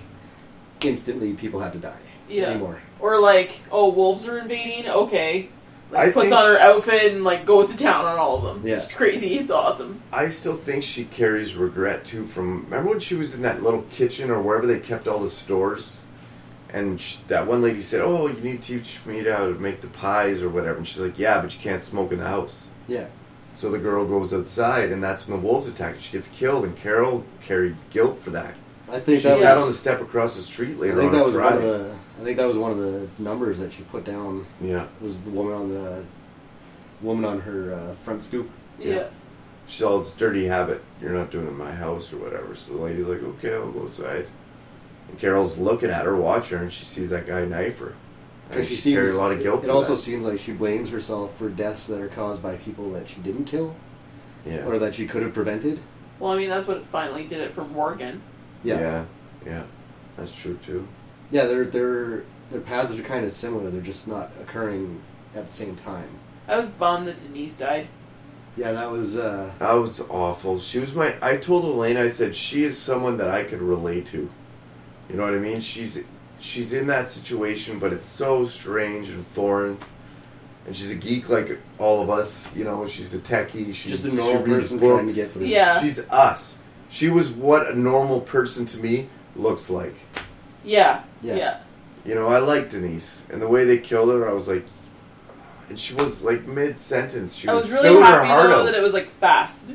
Speaker 1: instantly. People have to die
Speaker 2: Yeah.
Speaker 1: anymore.
Speaker 2: Or like, oh, wolves are invading. Okay. Like,
Speaker 4: I
Speaker 2: puts
Speaker 4: think
Speaker 2: on her
Speaker 4: she-
Speaker 2: outfit and like goes to town on all of them.
Speaker 1: Yeah.
Speaker 2: It's crazy. It's awesome.
Speaker 4: I still think she carries regret too. From remember when she was in that little kitchen or wherever they kept all the stores, and sh that one lady said, "Oh, you need to teach me how to make the pies or whatever." And she's like, "Yeah, but you can't smoke in the house."
Speaker 1: Yeah,
Speaker 4: So the girl goes outside, and that's when the wolves attack. and She gets killed, and Carol carried guilt for that.
Speaker 1: I think
Speaker 4: she
Speaker 1: that
Speaker 4: sat
Speaker 1: was,
Speaker 4: on the step across the street
Speaker 1: I
Speaker 4: later
Speaker 1: think
Speaker 4: on
Speaker 1: that
Speaker 4: and
Speaker 1: was one of
Speaker 4: cried.
Speaker 1: the. I think that was one of the numbers that she put down
Speaker 4: Yeah,
Speaker 1: was the woman on the woman on her uh, front stoop.
Speaker 2: Yeah.
Speaker 4: Yeah. she's all it's a dirty habit. You're not doing it in my house or whatever. So the lady's like, "Okay, I'll go outside." And Carol's looking at her, watch her, and she sees that guy knife her. And
Speaker 1: Because she
Speaker 4: she's
Speaker 1: seems
Speaker 4: carried a lot of guilt.
Speaker 1: It
Speaker 4: for
Speaker 1: also
Speaker 4: that.
Speaker 1: seems like she blames herself for deaths that are caused by people that she didn't kill
Speaker 4: yeah.
Speaker 1: or that she could have prevented.
Speaker 2: Well, I mean, that's what finally did it for Morgan.
Speaker 1: Yeah, yeah.
Speaker 4: yeah, yeah. That's true too.
Speaker 1: their their their paths are kind of similar. They're just not occurring at the same time.
Speaker 2: I was bummed that Denise died.
Speaker 1: Yeah, that was. Uh,
Speaker 4: That was awful. She was my. I told Elaine. I said she is someone that I could relate to. You know what I mean? She's she's in that situation, but it's so strange and foreign. And she's a geek like all of us. You know, she's a techie. She's
Speaker 1: Just a normal
Speaker 4: she reads
Speaker 1: person trying to
Speaker 4: books.
Speaker 1: get through.
Speaker 2: Yeah.
Speaker 4: She's us. She was what a normal person to me looks like.
Speaker 2: Yeah.
Speaker 1: Yeah.
Speaker 2: Yeah.
Speaker 4: You know, I like Denise, and the way they killed her, I was like, and she was like mid sentence. She
Speaker 2: I
Speaker 4: was,
Speaker 2: was really
Speaker 4: spilling
Speaker 2: happy
Speaker 4: her heart
Speaker 2: though
Speaker 4: out.
Speaker 2: that it was like fast.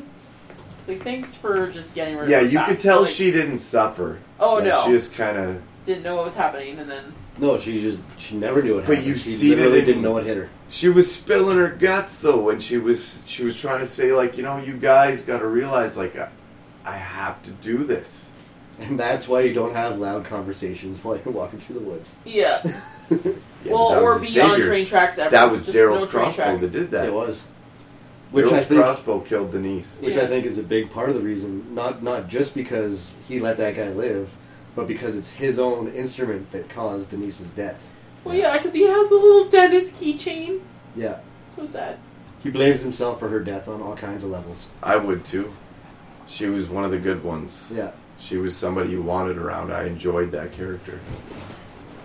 Speaker 2: It's like thanks for just getting rid of
Speaker 4: yeah,
Speaker 2: it
Speaker 4: you
Speaker 2: fast.
Speaker 4: could tell
Speaker 2: Like,
Speaker 4: she didn't suffer.
Speaker 2: Oh,
Speaker 4: Like,
Speaker 2: no.
Speaker 4: she just kind of.
Speaker 2: didn't know what was happening, and then
Speaker 1: no, she just she never knew it.
Speaker 4: But
Speaker 1: happened.
Speaker 4: you
Speaker 1: she
Speaker 4: seen it
Speaker 1: literally
Speaker 4: in-
Speaker 1: didn't know it hit her.
Speaker 4: She was spilling her guts though when she was she was trying to say like you know you guys got to realize like I, I have to do this.
Speaker 1: And that's why you don't have loud conversations while you're walking through the woods.
Speaker 2: yeah.
Speaker 4: Yeah,
Speaker 2: well,
Speaker 4: but that
Speaker 2: or
Speaker 4: was the
Speaker 2: beyond
Speaker 4: Saviors.
Speaker 2: train tracks. Ever.
Speaker 4: That was
Speaker 2: Just
Speaker 4: Daryl's
Speaker 2: no train
Speaker 4: crossbow
Speaker 2: tracks.
Speaker 4: that did that.
Speaker 1: It was, which
Speaker 4: Daryl's
Speaker 1: I think,
Speaker 4: crossbow killed Denise.
Speaker 1: which
Speaker 2: Yeah.
Speaker 1: I think is a big part of the reason. Not not just because he let that guy live, but because it's his own instrument that caused Denise's death.
Speaker 2: Well, yeah, because he has the little Dennis keychain.
Speaker 1: Yeah,
Speaker 2: So sad.
Speaker 1: he blames himself for her death on all kinds of levels.
Speaker 4: I would too. She was one of the good ones.
Speaker 1: Yeah,
Speaker 4: She was somebody you wanted around. I enjoyed that character.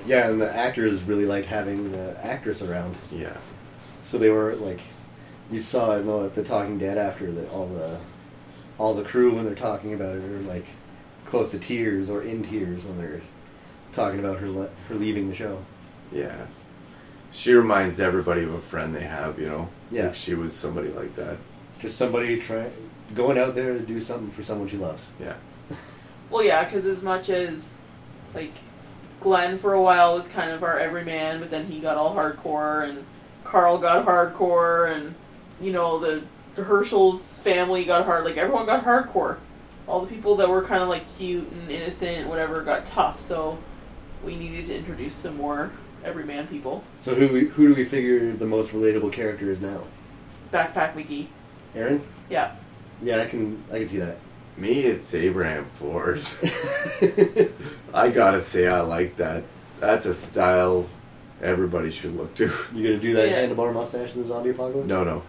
Speaker 1: yeah, and the actors really liked having the actress around.
Speaker 4: Yeah.
Speaker 1: So they were like, you saw in the, the Talking Dead after that all the all the crew when they're talking about it are like close to tears or in tears when they're talking about her le- her leaving the show.
Speaker 4: Yeah. She reminds everybody of a friend they have, you know?
Speaker 1: Yeah.
Speaker 4: Like she was somebody like that.
Speaker 1: Just somebody trying going out there to do something for someone she loves.
Speaker 4: Yeah.
Speaker 2: Well, yeah, because as much as like Glenn for a while was kind of our everyman, but then he got all hardcore, and Carl got hardcore, and you know the Herschel's family got hard. Like everyone got hardcore. All the people that were kind of like cute and innocent, whatever, got tough. So we needed to introduce some more everyman people.
Speaker 1: So who we, who do we figure the most relatable character is now?
Speaker 2: Backpack McGee.
Speaker 1: Aaron?
Speaker 2: Yeah.
Speaker 1: Yeah, I can I can see that.
Speaker 4: Me, it's Abraham Ford. I gotta say, I like that. That's a style everybody should look to.
Speaker 1: You gonna do that
Speaker 2: Yeah.
Speaker 1: handlebar mustache in the zombie apocalypse?
Speaker 4: No, no,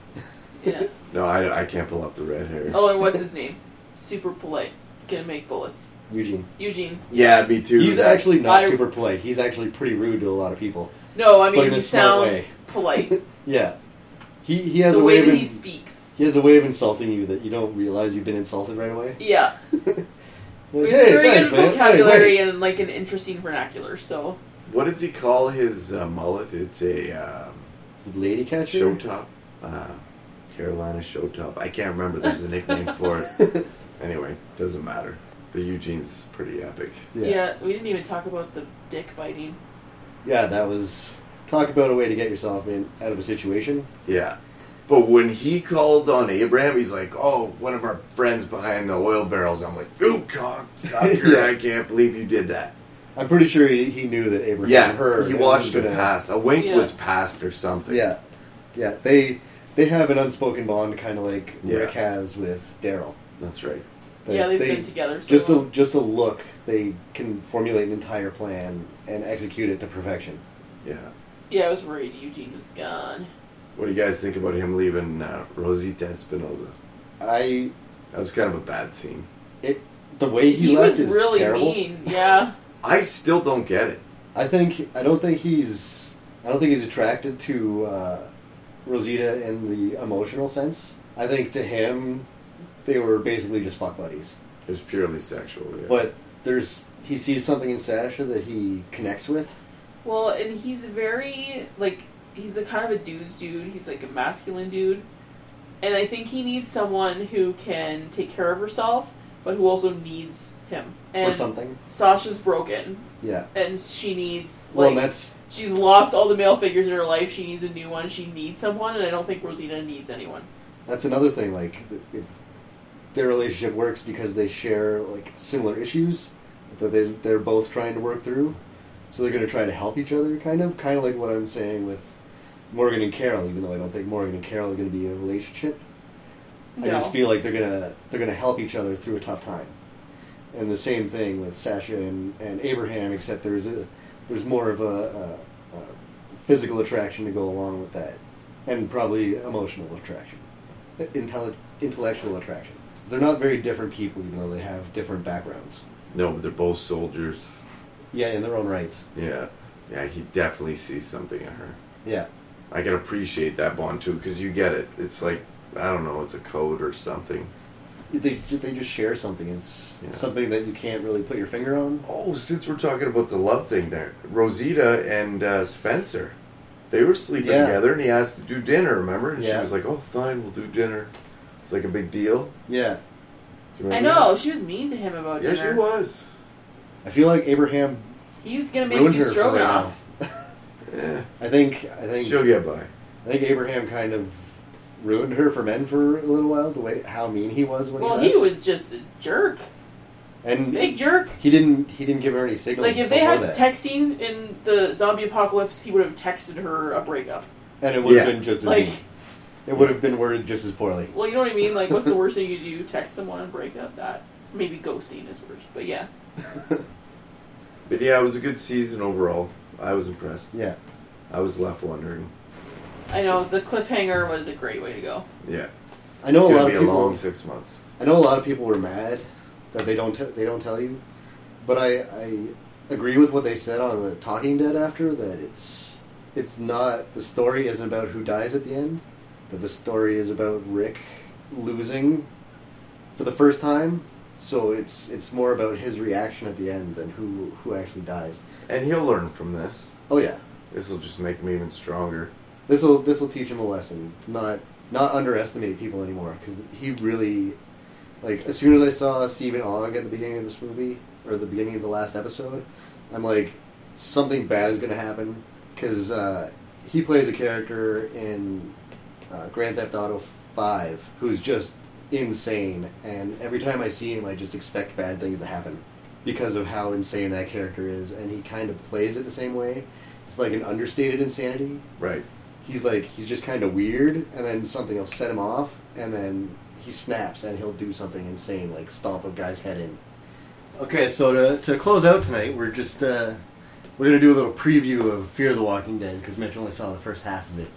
Speaker 2: Yeah.
Speaker 4: no. I, I can't pull off the red hair.
Speaker 2: Oh, and what's his name? Super polite. Can make bullets.
Speaker 1: Eugene.
Speaker 2: Eugene.
Speaker 4: Yeah, me too.
Speaker 1: He's actually not
Speaker 2: I-
Speaker 1: super polite. He's actually pretty rude to a lot of people.
Speaker 2: No, I
Speaker 1: But
Speaker 2: mean
Speaker 1: in
Speaker 2: he
Speaker 1: a smart
Speaker 2: sounds polite.
Speaker 1: Yeah. He he has
Speaker 2: the
Speaker 1: a way,
Speaker 2: way
Speaker 1: of
Speaker 2: that
Speaker 1: in-
Speaker 2: he speaks.
Speaker 1: he has a way of insulting you that you don't realize you've been insulted right away.
Speaker 2: Yeah,
Speaker 1: Like,
Speaker 2: he's a very
Speaker 1: thanks,
Speaker 2: good
Speaker 1: man. Hey,
Speaker 2: vocabulary
Speaker 1: wait.
Speaker 2: and like an interesting vernacular. So
Speaker 4: What does he call his uh, mullet? It's a um,
Speaker 1: Is it lady catcher.
Speaker 4: show top, uh, Carolina show top. I can't remember. There's a nickname for it. Anyway, doesn't matter. But Eugene's pretty epic.
Speaker 2: yeah.
Speaker 1: yeah. yeah,
Speaker 2: we didn't even talk about the dick biting.
Speaker 1: That was talk about a way to get yourself in out of a situation.
Speaker 4: Yeah. But when he called on Abraham, he's like, "Oh, one of our friends behind the oil barrels." I'm like, "You cocksucker!
Speaker 1: Yeah.
Speaker 4: I can't believe you did that."
Speaker 1: I'm pretty sure he, he knew that Abraham
Speaker 4: Yeah,
Speaker 1: heard.
Speaker 4: he
Speaker 1: and
Speaker 4: watched
Speaker 1: was
Speaker 4: it
Speaker 1: gonna-
Speaker 4: pass. A wink
Speaker 2: Yeah.
Speaker 4: was passed or something.
Speaker 1: Yeah, yeah. They they have an unspoken bond, kind of like
Speaker 4: Yeah.
Speaker 1: Rick has with Daryl.
Speaker 4: that's right.
Speaker 1: They-
Speaker 2: yeah, they've
Speaker 1: they-
Speaker 2: been together. So
Speaker 1: Just
Speaker 2: long.
Speaker 1: a just a look, they can formulate an entire plan and execute it to perfection.
Speaker 4: Yeah.
Speaker 2: yeah, I was worried Eugene was gone.
Speaker 4: What do you guys think about him leaving uh, Rosita Espinosa?
Speaker 1: I
Speaker 4: That was kind of a bad scene.
Speaker 1: it the way he,
Speaker 2: was
Speaker 1: left is
Speaker 2: really
Speaker 1: terrible.
Speaker 2: mean. Yeah,
Speaker 4: I still don't get it.
Speaker 1: I think I don't think he's I don't think he's attracted to uh, Rosita in the emotional sense. I think to him, they were basically just fuck buddies.
Speaker 4: It was purely sexual. Yeah.
Speaker 1: But there's he sees something in Sasha that he connects with.
Speaker 2: Well, and he's very like he's a kind of a dude's dude. He's like a masculine dude, and I think he needs someone who can take care of herself, but who also needs him.
Speaker 1: for
Speaker 2: And
Speaker 1: something.
Speaker 2: Sasha's broken,
Speaker 1: Yeah.
Speaker 2: and she needs
Speaker 1: Well,
Speaker 2: like
Speaker 1: and that's
Speaker 2: she's lost all the male figures in her life. She needs a new one. She needs someone, and I don't think Rosita needs anyone.
Speaker 1: that's another thing. Like, th- if their relationship works because they share like similar issues that they they're both trying to work through, so they're going to try to help each other. Kind of, kind of like what I'm saying with Morgan and Carol. Even though I don't think Morgan and Carol are going to be in a relationship, I
Speaker 2: No.
Speaker 1: just feel like they're gonna they're gonna help each other through a tough time. And the same thing with Sasha and, and Abraham, except there's a, there's more of a, a, a physical attraction to go along with that, and probably emotional attraction, Intelli- intellectual attraction. They're not very different people, even though they have different backgrounds.
Speaker 4: no, but they're both soldiers.
Speaker 1: Yeah, in their own rights.
Speaker 4: Yeah, yeah. He definitely sees something in her.
Speaker 1: Yeah,
Speaker 4: I can appreciate that bond too because you get it. It's like I don't know. It's a code or something.
Speaker 1: they ju- they just share something. It's
Speaker 4: Yeah.
Speaker 1: something that you can't really put your finger on.
Speaker 4: Oh, since we're talking about the love thing, there, Rosita and uh, Spencer, they were sleeping
Speaker 1: Yeah.
Speaker 4: together, and he asked to do dinner. Remember? And she
Speaker 1: Yeah.
Speaker 4: was like, "Oh, fine, we'll do dinner." It's like a big deal.
Speaker 1: Yeah,
Speaker 4: Do you
Speaker 2: I
Speaker 4: remember
Speaker 2: know she was mean to him about
Speaker 4: that? Yeah,
Speaker 2: dinner.
Speaker 4: she was.
Speaker 1: I feel like Abraham
Speaker 2: He was gonna make
Speaker 1: ruined
Speaker 2: you
Speaker 1: her for right now.
Speaker 2: stroganoff.
Speaker 4: Yeah,
Speaker 1: I think I think
Speaker 4: she'll get by.
Speaker 1: I think Abraham kind of ruined her for men for a little while. The way how mean he was when
Speaker 2: Well,
Speaker 1: he,
Speaker 2: he
Speaker 1: left.
Speaker 2: was just a jerk,
Speaker 1: and
Speaker 2: big jerk.
Speaker 1: he didn't he didn't give her any signals.
Speaker 2: Like if they
Speaker 1: before
Speaker 2: had
Speaker 1: that.
Speaker 2: texting in the zombie apocalypse, he would have texted her a breakup.
Speaker 1: and it would have
Speaker 4: Yeah.
Speaker 1: been just as
Speaker 2: Like,
Speaker 1: mean. it would have been worded just as poorly.
Speaker 2: well, you know what I mean. Like, what's the worst thing you do? Text someone and break up. That maybe ghosting is worse, but yeah,
Speaker 4: But yeah, it was a good season overall. I was impressed.
Speaker 1: Yeah,
Speaker 4: I was left wondering.
Speaker 2: I know the cliffhanger was a great way to go.
Speaker 4: Yeah,
Speaker 1: I know
Speaker 4: it's
Speaker 1: a
Speaker 4: gonna
Speaker 1: lot
Speaker 4: be
Speaker 1: of
Speaker 4: a
Speaker 1: people.
Speaker 4: long six months.
Speaker 1: I know a lot of people were mad that they don't t- they don't tell you, but I, I agree with what they said on the Talking Dead after that it's it's not the story isn't about who dies at the end, but the story is about Rick losing for the first time. So it's it's more about his reaction at the end than who who actually dies.
Speaker 4: And he'll learn from this.
Speaker 1: Oh yeah,
Speaker 4: This will just make him even stronger.
Speaker 1: this will this will teach him a lesson. to Not not underestimate people anymore because he really, like, as soon as I saw Stephen Ogg at the beginning of this movie or the beginning of the last episode, I'm like, something bad is gonna happen because uh, he plays a character in uh, Grand Theft Auto Five who's just insane, and every time I see him, I just expect bad things to happen because of how insane that character is, and he kind of plays it the same way. It's like an understated insanity
Speaker 4: Right.
Speaker 1: he's like he's just kind of weird and then something will set him off and then he snaps and he'll do something insane like stomp a guy's head in okay so to, to close out tonight we're just uh, We're gonna do a little preview of Fear the Walking Dead because Mitch only saw the first half of it.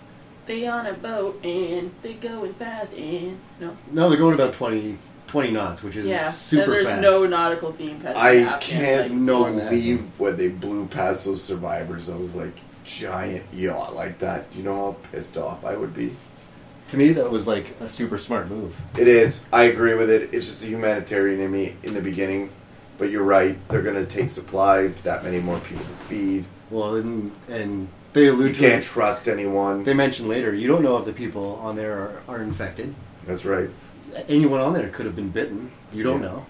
Speaker 2: They on a boat and they going fast and no.
Speaker 1: No, they're going about 20, 20 knots, which is
Speaker 2: Yeah,
Speaker 1: super
Speaker 2: and there's
Speaker 1: fast.
Speaker 2: no nautical theme past
Speaker 4: I
Speaker 2: Afghan
Speaker 4: can't
Speaker 2: sites.
Speaker 1: no- Storm
Speaker 4: believe when they blew past those survivors. I was like, giant yacht like that. Do you know how pissed off I would be?
Speaker 1: to me, that was like a super smart move.
Speaker 4: It is. I agree with it. It's just a humanitarian in me in the beginning. But you're right. They're going to take supplies, that many more people to feed.
Speaker 1: Well, and, and they allude
Speaker 4: You
Speaker 1: to
Speaker 4: can't
Speaker 1: it.
Speaker 4: trust anyone.
Speaker 1: They mention later, you don't know if the people on there are, are infected.
Speaker 4: That's right.
Speaker 1: Anyone on there could have been bitten. You don't
Speaker 4: Yeah.
Speaker 1: know.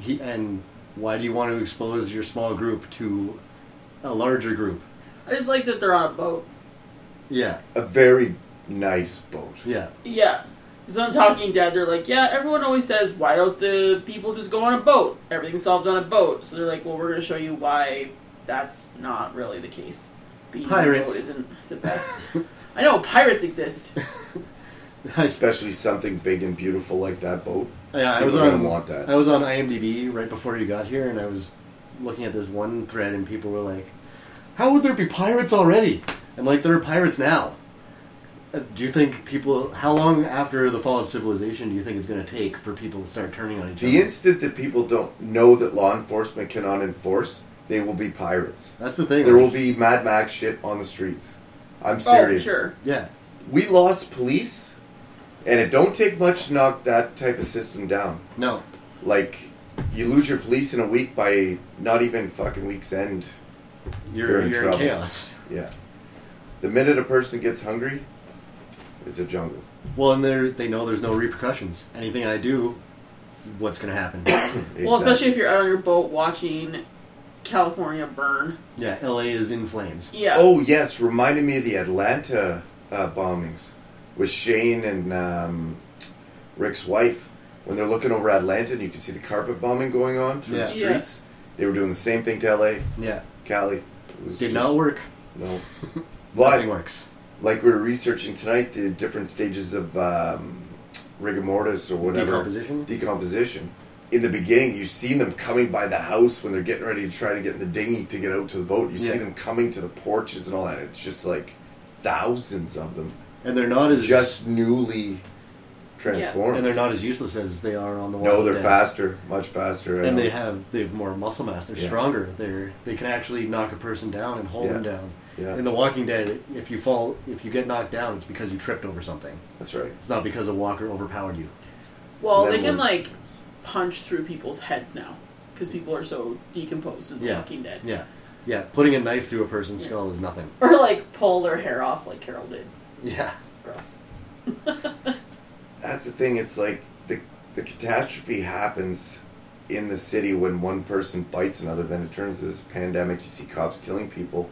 Speaker 1: He, and why do you want to expose your small group to a larger group?
Speaker 2: I just like that they're on a boat.
Speaker 1: Yeah,
Speaker 4: A very nice boat.
Speaker 1: yeah.
Speaker 2: Yeah. Because on Talking Dead, they're like, yeah, everyone always says, why don't the people just go on a boat? Everything's solved on a boat. So they're like, well, we're going to show you why that's not really the case. Being on a
Speaker 1: Pirates.
Speaker 2: boat isn't the best. I know, pirates exist.
Speaker 1: I, sp-
Speaker 4: Especially something big and beautiful like that boat.
Speaker 1: yeah, I was
Speaker 4: People are gonna
Speaker 1: on.
Speaker 4: want that.
Speaker 1: I was on IMDb right before you got here, and I was looking at this one thread, and people were like, "How would there be pirates already?" I'm like, "There are pirates now." Uh, Do you think people? How long after the fall of civilization do you think it's going to take for people to start turning on each
Speaker 4: The
Speaker 1: other?
Speaker 4: instant that people don't know that law enforcement cannot enforce, they will be pirates.
Speaker 1: That's the thing.
Speaker 4: There
Speaker 1: like,
Speaker 4: will be Mad Max shit on the streets. I'm
Speaker 2: oh, for
Speaker 4: serious.
Speaker 2: sure.
Speaker 1: Yeah,
Speaker 4: We lost police, and it don't take much to knock that type of system down.
Speaker 1: no,
Speaker 4: Like, you lose your police in a week by not even fucking week's end.
Speaker 1: you're
Speaker 4: You're
Speaker 1: you're
Speaker 4: in
Speaker 1: in,
Speaker 4: trouble.
Speaker 1: chaos.
Speaker 4: Yeah. The minute a person gets hungry, it's a jungle.
Speaker 1: Well, and they they know there's no repercussions. Anything I do, what's going to happen?
Speaker 2: Well,
Speaker 4: Exactly.
Speaker 2: especially if you're out on your boat watching California burn.
Speaker 1: yeah, L.A. is in flames.
Speaker 2: Yeah.
Speaker 4: Oh yes, reminded me of the Atlanta uh, bombings with Shane and um, Rick's wife when they're looking over Atlanta and you can see the carpet bombing going on through the
Speaker 1: Yeah.
Speaker 2: Yeah.
Speaker 4: streets. They were doing the same thing to LA,
Speaker 1: Yeah,
Speaker 4: Cali. It was
Speaker 1: did
Speaker 4: just-
Speaker 1: not work.
Speaker 4: No.
Speaker 1: Nothing
Speaker 4: But
Speaker 1: works.
Speaker 4: like we were researching tonight, the different stages of um, rigor mortis or whatever
Speaker 1: Decomposition.
Speaker 4: decomposition. In the beginning, you've seen them coming by the house when they're getting ready to try to get in the dinghy to get out to the boat. You see
Speaker 1: Yeah.
Speaker 4: them coming to the porches and all that. It's just like thousands of them,
Speaker 1: And they're not as
Speaker 4: just newly
Speaker 1: and
Speaker 4: transformed.
Speaker 1: they're not as useless as they are on the
Speaker 4: no,
Speaker 1: Walking
Speaker 4: they're
Speaker 1: Dead.
Speaker 4: faster, much faster. I
Speaker 1: and they
Speaker 4: noticed.
Speaker 1: have they have more muscle mass. They're
Speaker 4: Yeah.
Speaker 1: stronger. They're they can actually knock a person down and hold
Speaker 4: Yeah.
Speaker 1: them down.
Speaker 4: Yeah,
Speaker 1: In The Walking Dead, if you fall, if you get knocked down, it's because you tripped over something.
Speaker 4: that's right.
Speaker 1: It's not because a walker overpowered you.
Speaker 2: well,
Speaker 4: And
Speaker 2: they
Speaker 4: then
Speaker 2: can,
Speaker 4: we'll-
Speaker 2: like, punch through people's heads now. Because people are so decomposed and
Speaker 1: Yeah.
Speaker 2: fucking dead.
Speaker 1: Yeah, yeah. Putting a knife through a person's
Speaker 2: Yeah.
Speaker 1: skull is nothing.
Speaker 2: Or, like, pull their hair off like Carol did.
Speaker 1: Yeah,
Speaker 2: Gross.
Speaker 4: That's the thing. It's like the the catastrophe happens in the city when one person bites another. Then it turns to this pandemic. You see cops killing people.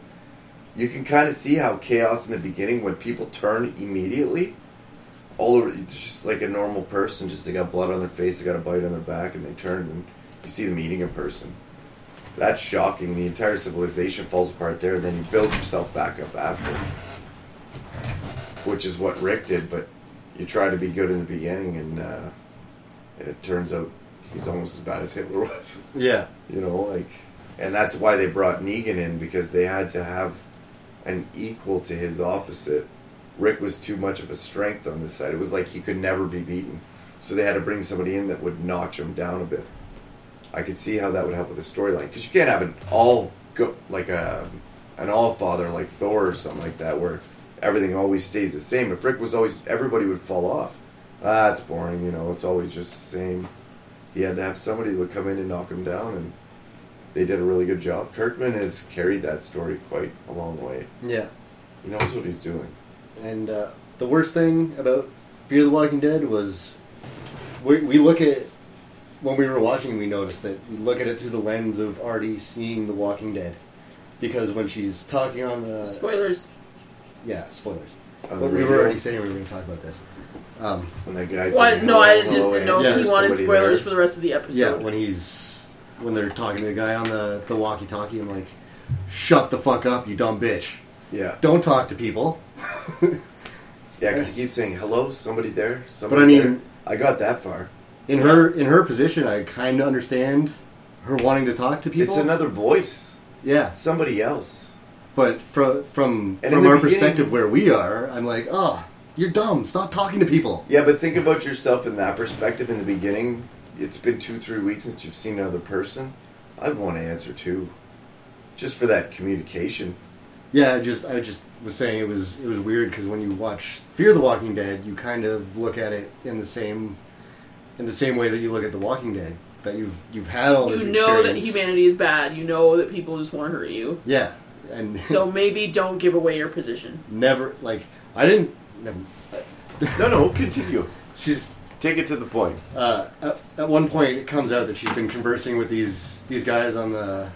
Speaker 4: You can kind of see how chaos in the beginning when people turn immediately. All over, it's just like a normal person. Just they got blood on their face, they got a bite on their back, and they turn and you see them eating a person. That's shocking. The entire civilization falls apart there, and then you build yourself back up after which is what Rick did. But you try to be good in the beginning, and uh, and it turns out he's almost as bad as Hitler was.
Speaker 1: yeah.
Speaker 4: You know, like, and that's why they brought Negan in because they had to have an equal to his opposite. Rick was too much of a strength on this side. It was like he could never be beaten. So they had to bring somebody in that would notch him down a bit. I could see how that would help with the storyline because you can't have an all go like a an all father like Thor or something like that where everything always stays the same. If Rick was always everybody would fall off. Ah, it's boring. You know, it's always just the same. He had to have somebody that would come in and knock him down, and they did a really good job. Kirkman has carried that story quite a long way.
Speaker 1: Yeah.
Speaker 4: He knows what he's doing.
Speaker 1: And uh, the worst thing about Fear the Walking Dead was we, we look at when we were watching, we noticed that we look at it through the lens of already seeing The Walking Dead because when she's talking on the
Speaker 2: Spoilers.
Speaker 1: yeah spoilers,
Speaker 4: On the
Speaker 1: but we
Speaker 4: radio.
Speaker 1: were already saying we were going to talk about this. Um,
Speaker 4: And that guy.
Speaker 2: Why,
Speaker 4: said,
Speaker 2: no,
Speaker 4: "Hello,
Speaker 2: I just
Speaker 4: hello,"
Speaker 2: didn't
Speaker 4: and
Speaker 2: know if
Speaker 4: there's
Speaker 2: he wanted
Speaker 4: somebody
Speaker 2: spoilers for
Speaker 4: there.
Speaker 2: the rest of the episode.
Speaker 1: yeah, when he's when they're talking to the guy on the the walkie-talkie, I'm like, "Shut the fuck up, you dumb bitch!
Speaker 4: Yeah,
Speaker 1: Don't talk to people."
Speaker 4: yeah. Because he keeps saying, "Hello, somebody there." Somebody
Speaker 1: But I mean-
Speaker 4: there." I got that far.
Speaker 1: In her in her position, I kind of understand her wanting to talk to people.
Speaker 4: It's another voice.
Speaker 1: Yeah,
Speaker 4: somebody else.
Speaker 1: but from from
Speaker 4: And in
Speaker 1: from
Speaker 4: the
Speaker 1: our
Speaker 4: beginning-
Speaker 1: perspective where we are, I'm like, oh, you're dumb. Stop talking to people.
Speaker 4: Yeah, but think about yourself in that perspective in the beginning. It's been two, three weeks since you've seen another person. I'd want to answer too. Just for that communication.
Speaker 1: Yeah, I just I just was saying it was it was weird because when you watch Fear the Walking Dead, you kind of look at it in the same in the same way that you look at The Walking Dead. That you've you've had all this.
Speaker 2: You know that
Speaker 1: experience.
Speaker 2: humanity is bad. You know that people just want to hurt you.
Speaker 1: Yeah, and
Speaker 2: So maybe don't give away your position.
Speaker 1: never like I didn't. Never,
Speaker 4: No, no, continue.
Speaker 1: she's
Speaker 4: Take it to the point.
Speaker 1: uh, at, at one point it comes out that she's been conversing with these these guys on the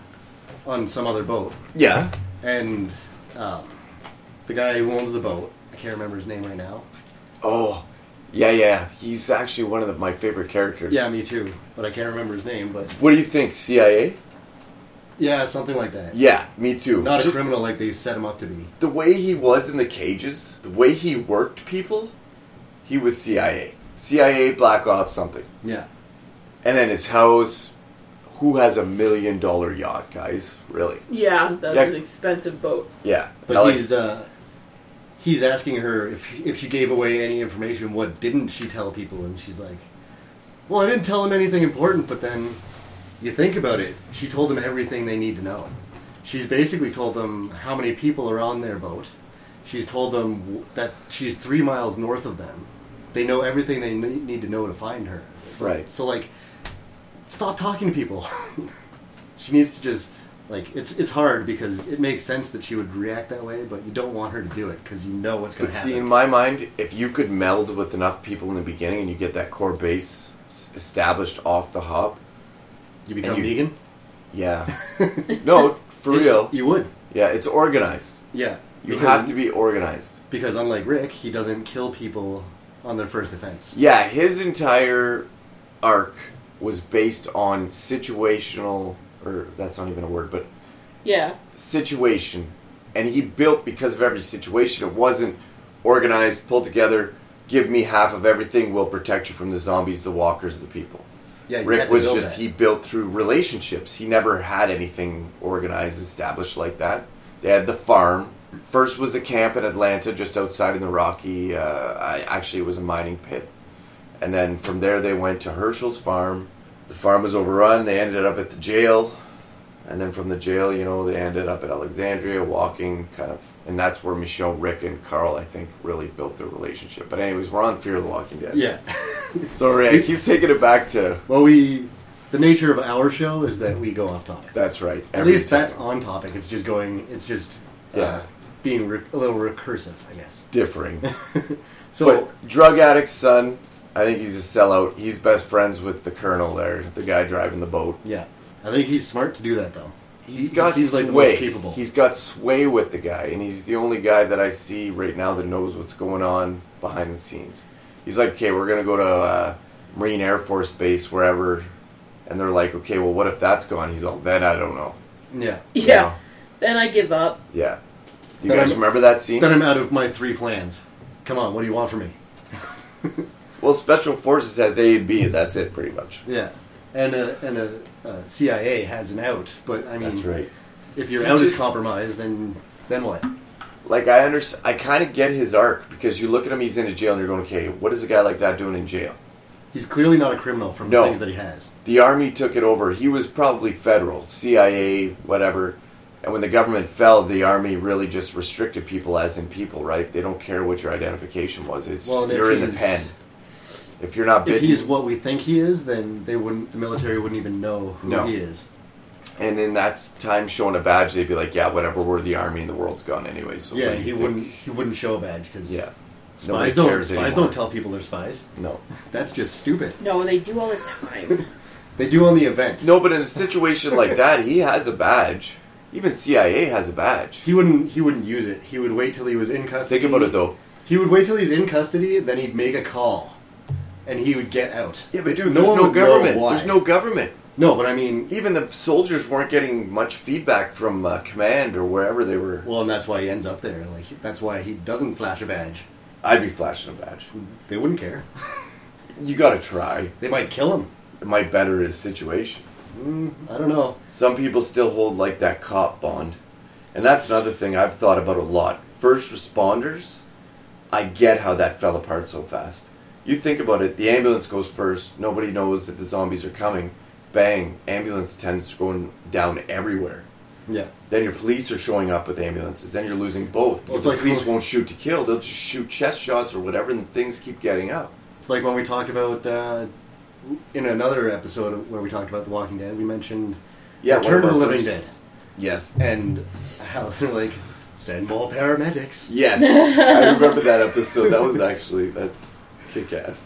Speaker 1: on some other boat,
Speaker 4: Yeah.
Speaker 1: and um, the guy who owns the boat I can't remember his name right now.
Speaker 4: Oh, yeah, yeah. He's actually one of the, my favorite characters.
Speaker 1: Yeah, me too, but I can't remember his name. But
Speaker 4: What do you think, CIA?
Speaker 1: yeah, something like that.
Speaker 4: Yeah, me too.
Speaker 1: Not a
Speaker 4: Just
Speaker 1: criminal like they set him up to be.
Speaker 4: The way he was in the cages, the way he worked people, he was CIA. CIA, Black Ops, something.
Speaker 1: Yeah,
Speaker 4: And then his house. Who has a million dollar yacht, guys? Really?
Speaker 2: Yeah, that's
Speaker 4: Yeah.
Speaker 2: an expensive boat.
Speaker 4: Yeah.
Speaker 1: but
Speaker 4: I like-
Speaker 1: he's uh, he's asking her if if she gave away any information. What didn't she tell people? And she's like, "Well, I didn't tell them anything important." But then you think about it, she told them everything they need to know. She's basically told them how many people are on their boat. She's told them w- that she's three miles north of them. They know everything they ne- need to know to find her.
Speaker 4: Right.
Speaker 1: So like, stop talking to people. she needs to just like it's it's hard because it makes sense that she would react that way, but you don't want her to do it because you know what's going
Speaker 4: But
Speaker 1: to
Speaker 4: see, in
Speaker 1: happen.
Speaker 4: my mind, if you could meld with enough people in the beginning and you get that core base s- established off the hop,
Speaker 1: You become
Speaker 4: and you-
Speaker 1: vegan.
Speaker 4: yeah. no, for
Speaker 1: It-
Speaker 4: real.
Speaker 1: you would.
Speaker 4: Yeah, it's organized.
Speaker 1: Yeah.
Speaker 4: You
Speaker 1: because,
Speaker 4: have to be organized.
Speaker 1: because unlike Rick, he doesn't kill people on their first offense.
Speaker 4: Yeah, his entire arc was based on situational, or that's not even a word, but
Speaker 2: Yeah,
Speaker 4: situation. And he built because of every situation. It wasn't organized, pulled together, give me half of everything, we'll protect you from the zombies, the walkers, the people.
Speaker 1: Yeah, you had
Speaker 4: Rick
Speaker 1: to
Speaker 4: was
Speaker 1: build
Speaker 4: just
Speaker 1: that.
Speaker 4: he built through relationships. He never had anything organized, established like that. They had the farm. First was a camp in Atlanta, just outside in the Rocky. Uh, I, actually, it was a mining pit, and then from there they went to Herschel's farm. The farm was overrun. They ended up at the jail, and then from the jail, you know, they ended up at Alexandria, walking kind of, and that's where Michelle, Rick, and Carl, I think, really built their relationship. But anyways, we're on Fear of the Walking Dead.
Speaker 1: Yeah.
Speaker 4: Sorry, I keep taking it back to.
Speaker 1: well, we the nature of our show is that we go off topic.
Speaker 4: That's right.
Speaker 1: At
Speaker 4: every
Speaker 1: least
Speaker 4: time.
Speaker 1: that's on topic. It's just going. It's just uh,
Speaker 4: Yeah.
Speaker 1: being re- a little recursive, I guess.
Speaker 4: differing.
Speaker 1: So
Speaker 4: but drug addict's son, I think he's a sellout. He's best friends with the colonel there, the guy driving the boat.
Speaker 1: yeah, I think he's smart to do that though.
Speaker 4: He's
Speaker 1: He-
Speaker 4: got
Speaker 1: he seems
Speaker 4: sway.
Speaker 1: like the most capable.
Speaker 4: He's got sway with the guy, and he's the only guy that I see right now that knows what's going on behind the scenes. He's like, okay, we're gonna go to uh, Marine Air Force Base, wherever, and they're like, okay, well, what if that's gone? He's all, then I don't know.
Speaker 1: yeah.
Speaker 2: yeah.
Speaker 4: Yeah.
Speaker 2: Then I give up.
Speaker 4: Yeah. You
Speaker 1: Then
Speaker 4: guys
Speaker 1: I'm-
Speaker 4: remember that scene?
Speaker 1: Then I'm out of my three plans. Come on, what do you want from me?
Speaker 4: well, Special Forces has A and B, and that's it, pretty much.
Speaker 1: Yeah, and a, and a, uh CIA has an out, but I mean,
Speaker 4: That's right.
Speaker 1: if your
Speaker 4: He
Speaker 1: out is
Speaker 4: just-
Speaker 1: compromised, then then what?
Speaker 4: like I under I kind of get his arc because you look at him, he's in a jail, and you're going, okay, what is a guy like that doing in jail?
Speaker 1: He's clearly not a criminal from
Speaker 4: No.
Speaker 1: the things that he has.
Speaker 4: The army took it over. He was probably federal, CIA, whatever. And when the government fell, the army really just restricted people as in people, right? They don't care what your identification was. It's
Speaker 1: Well, and if
Speaker 4: you're in the
Speaker 1: he's-
Speaker 4: pen. If you're not
Speaker 1: If
Speaker 4: bitten,
Speaker 1: he's what we think he is, then they wouldn't. The military wouldn't even know who
Speaker 4: No.
Speaker 1: he is.
Speaker 4: and in that time showing a badge, they'd be like, yeah, whatever. We're the army, and the world's gone anyway. So what
Speaker 1: Yeah,
Speaker 4: do you
Speaker 1: he
Speaker 4: think?
Speaker 1: wouldn't. He wouldn't show a badge because
Speaker 4: Yeah, Nobody
Speaker 1: spies don't.
Speaker 4: cares
Speaker 1: Spies
Speaker 4: anymore.
Speaker 1: don't tell people they're spies.
Speaker 4: no.
Speaker 1: That's just stupid.
Speaker 2: No, they do all the time.
Speaker 1: They do on the event.
Speaker 4: No, but in a situation like that, he has a badge. Even CIA has a badge.
Speaker 1: He wouldn't. He wouldn't use it. He would wait till he was in custody.
Speaker 4: Think about it though.
Speaker 1: He would wait till he's in custody, then he'd make a call, and he would get out.
Speaker 4: Yeah, but dude,
Speaker 1: No
Speaker 4: there's
Speaker 1: one
Speaker 4: no
Speaker 1: would know
Speaker 4: government.
Speaker 1: why.
Speaker 4: There's no government.
Speaker 1: No, but I mean,
Speaker 4: Even the soldiers weren't getting much feedback from uh, command or wherever they were.
Speaker 1: well, and that's why he ends up there. Like he- that's why he doesn't flash a badge.
Speaker 4: I'd be flashing a badge.
Speaker 1: They wouldn't care.
Speaker 4: You gotta try.
Speaker 1: They might kill him.
Speaker 4: It might better his situation.
Speaker 1: Mm, I don't know.
Speaker 4: Some people still hold like that cop bond. And that's another thing I've thought about a lot. First responders, I get how that fell apart so fast. You think about it, the ambulance goes first, nobody knows that the zombies are coming. Bang, ambulance tends to go down everywhere.
Speaker 1: Yeah.
Speaker 4: Then your police are showing up with ambulances. Then you're losing both.
Speaker 1: Well, it's
Speaker 4: Because the
Speaker 1: like-
Speaker 4: police won't shoot to kill; they'll just shoot chest shots or whatever, and things keep getting up.
Speaker 1: It's like when we talked about uh, in another episode where we talked about The Walking Dead. We mentioned
Speaker 4: Yeah, one
Speaker 1: Return
Speaker 4: of
Speaker 1: to the
Speaker 4: our
Speaker 1: Living Dead
Speaker 4: first- Yes,
Speaker 1: and how they're like send more paramedics.
Speaker 4: yes, I remember that episode. That was actually that's kick ass.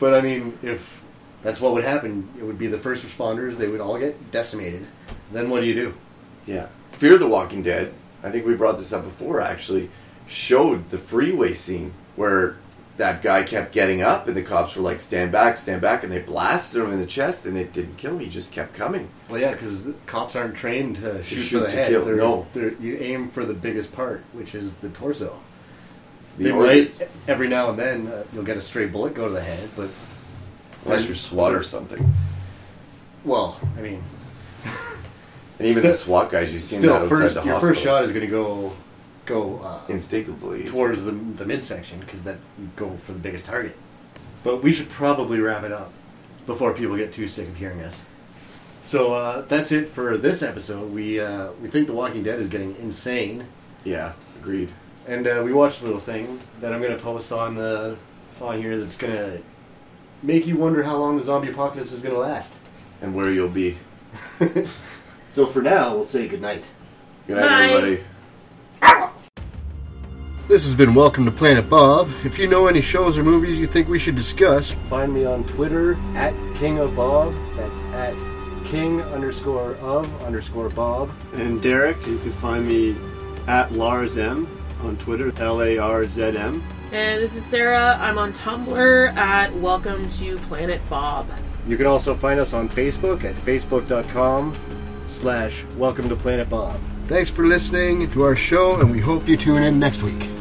Speaker 1: but I mean, if that's what would happen, it would be the first responders. They would all get decimated. Then what do you do?
Speaker 4: Yeah, Fear the Walking Dead. I think we brought this up before. Actually, showed the freeway scene where that guy kept getting up, and the cops were like, "Stand back, stand back," and they blasted him in the chest, and it didn't kill him. He just kept coming.
Speaker 1: Well, yeah, because cops aren't trained to shoot,
Speaker 4: shoot
Speaker 1: for the
Speaker 4: to
Speaker 1: head.
Speaker 4: kill,
Speaker 1: They're,
Speaker 4: no.
Speaker 1: they're, you aim for the biggest part, which is the torso.
Speaker 4: The
Speaker 1: they
Speaker 4: organs.
Speaker 1: might every now and then uh, you'll get a stray bullet go to the head, but
Speaker 4: unless you're SWAT or something.
Speaker 1: well, I mean,
Speaker 4: And even
Speaker 1: Still-
Speaker 4: the SWAT guys, you've seen that
Speaker 1: still
Speaker 4: outside
Speaker 1: first
Speaker 4: the
Speaker 1: your
Speaker 4: hospital.
Speaker 1: first shot is going to go go uh,
Speaker 4: instinctively
Speaker 1: towards the the midsection because that you go for the biggest target. But we should probably wrap it up before people get too sick of hearing us. So uh, that's it for this episode. We uh, we think The Walking Dead is getting insane.
Speaker 4: Yeah, agreed.
Speaker 1: and uh, we watched a little thing that I'm gonna post on the on here that's gonna make you wonder how long the zombie apocalypse is gonna last.
Speaker 4: And where you'll be.
Speaker 1: So for now, we'll say goodnight.
Speaker 4: Good night,
Speaker 2: Bye.
Speaker 4: everybody.
Speaker 1: This has been Welcome to Planet Bob. If you know any shows or movies you think we should discuss, find me on Twitter at King of Bob. That's at King underscore of underscore Bob.
Speaker 3: And Derek, you can find me at Lars M on Twitter, L A R Z M.
Speaker 2: And this is Sarah. I'm on Tumblr at Welcome to Planet Bob.
Speaker 1: You can also find us on Facebook at facebook.com slash welcome to Planet Bob. Thanks for listening to our show, and we hope you tune in next week.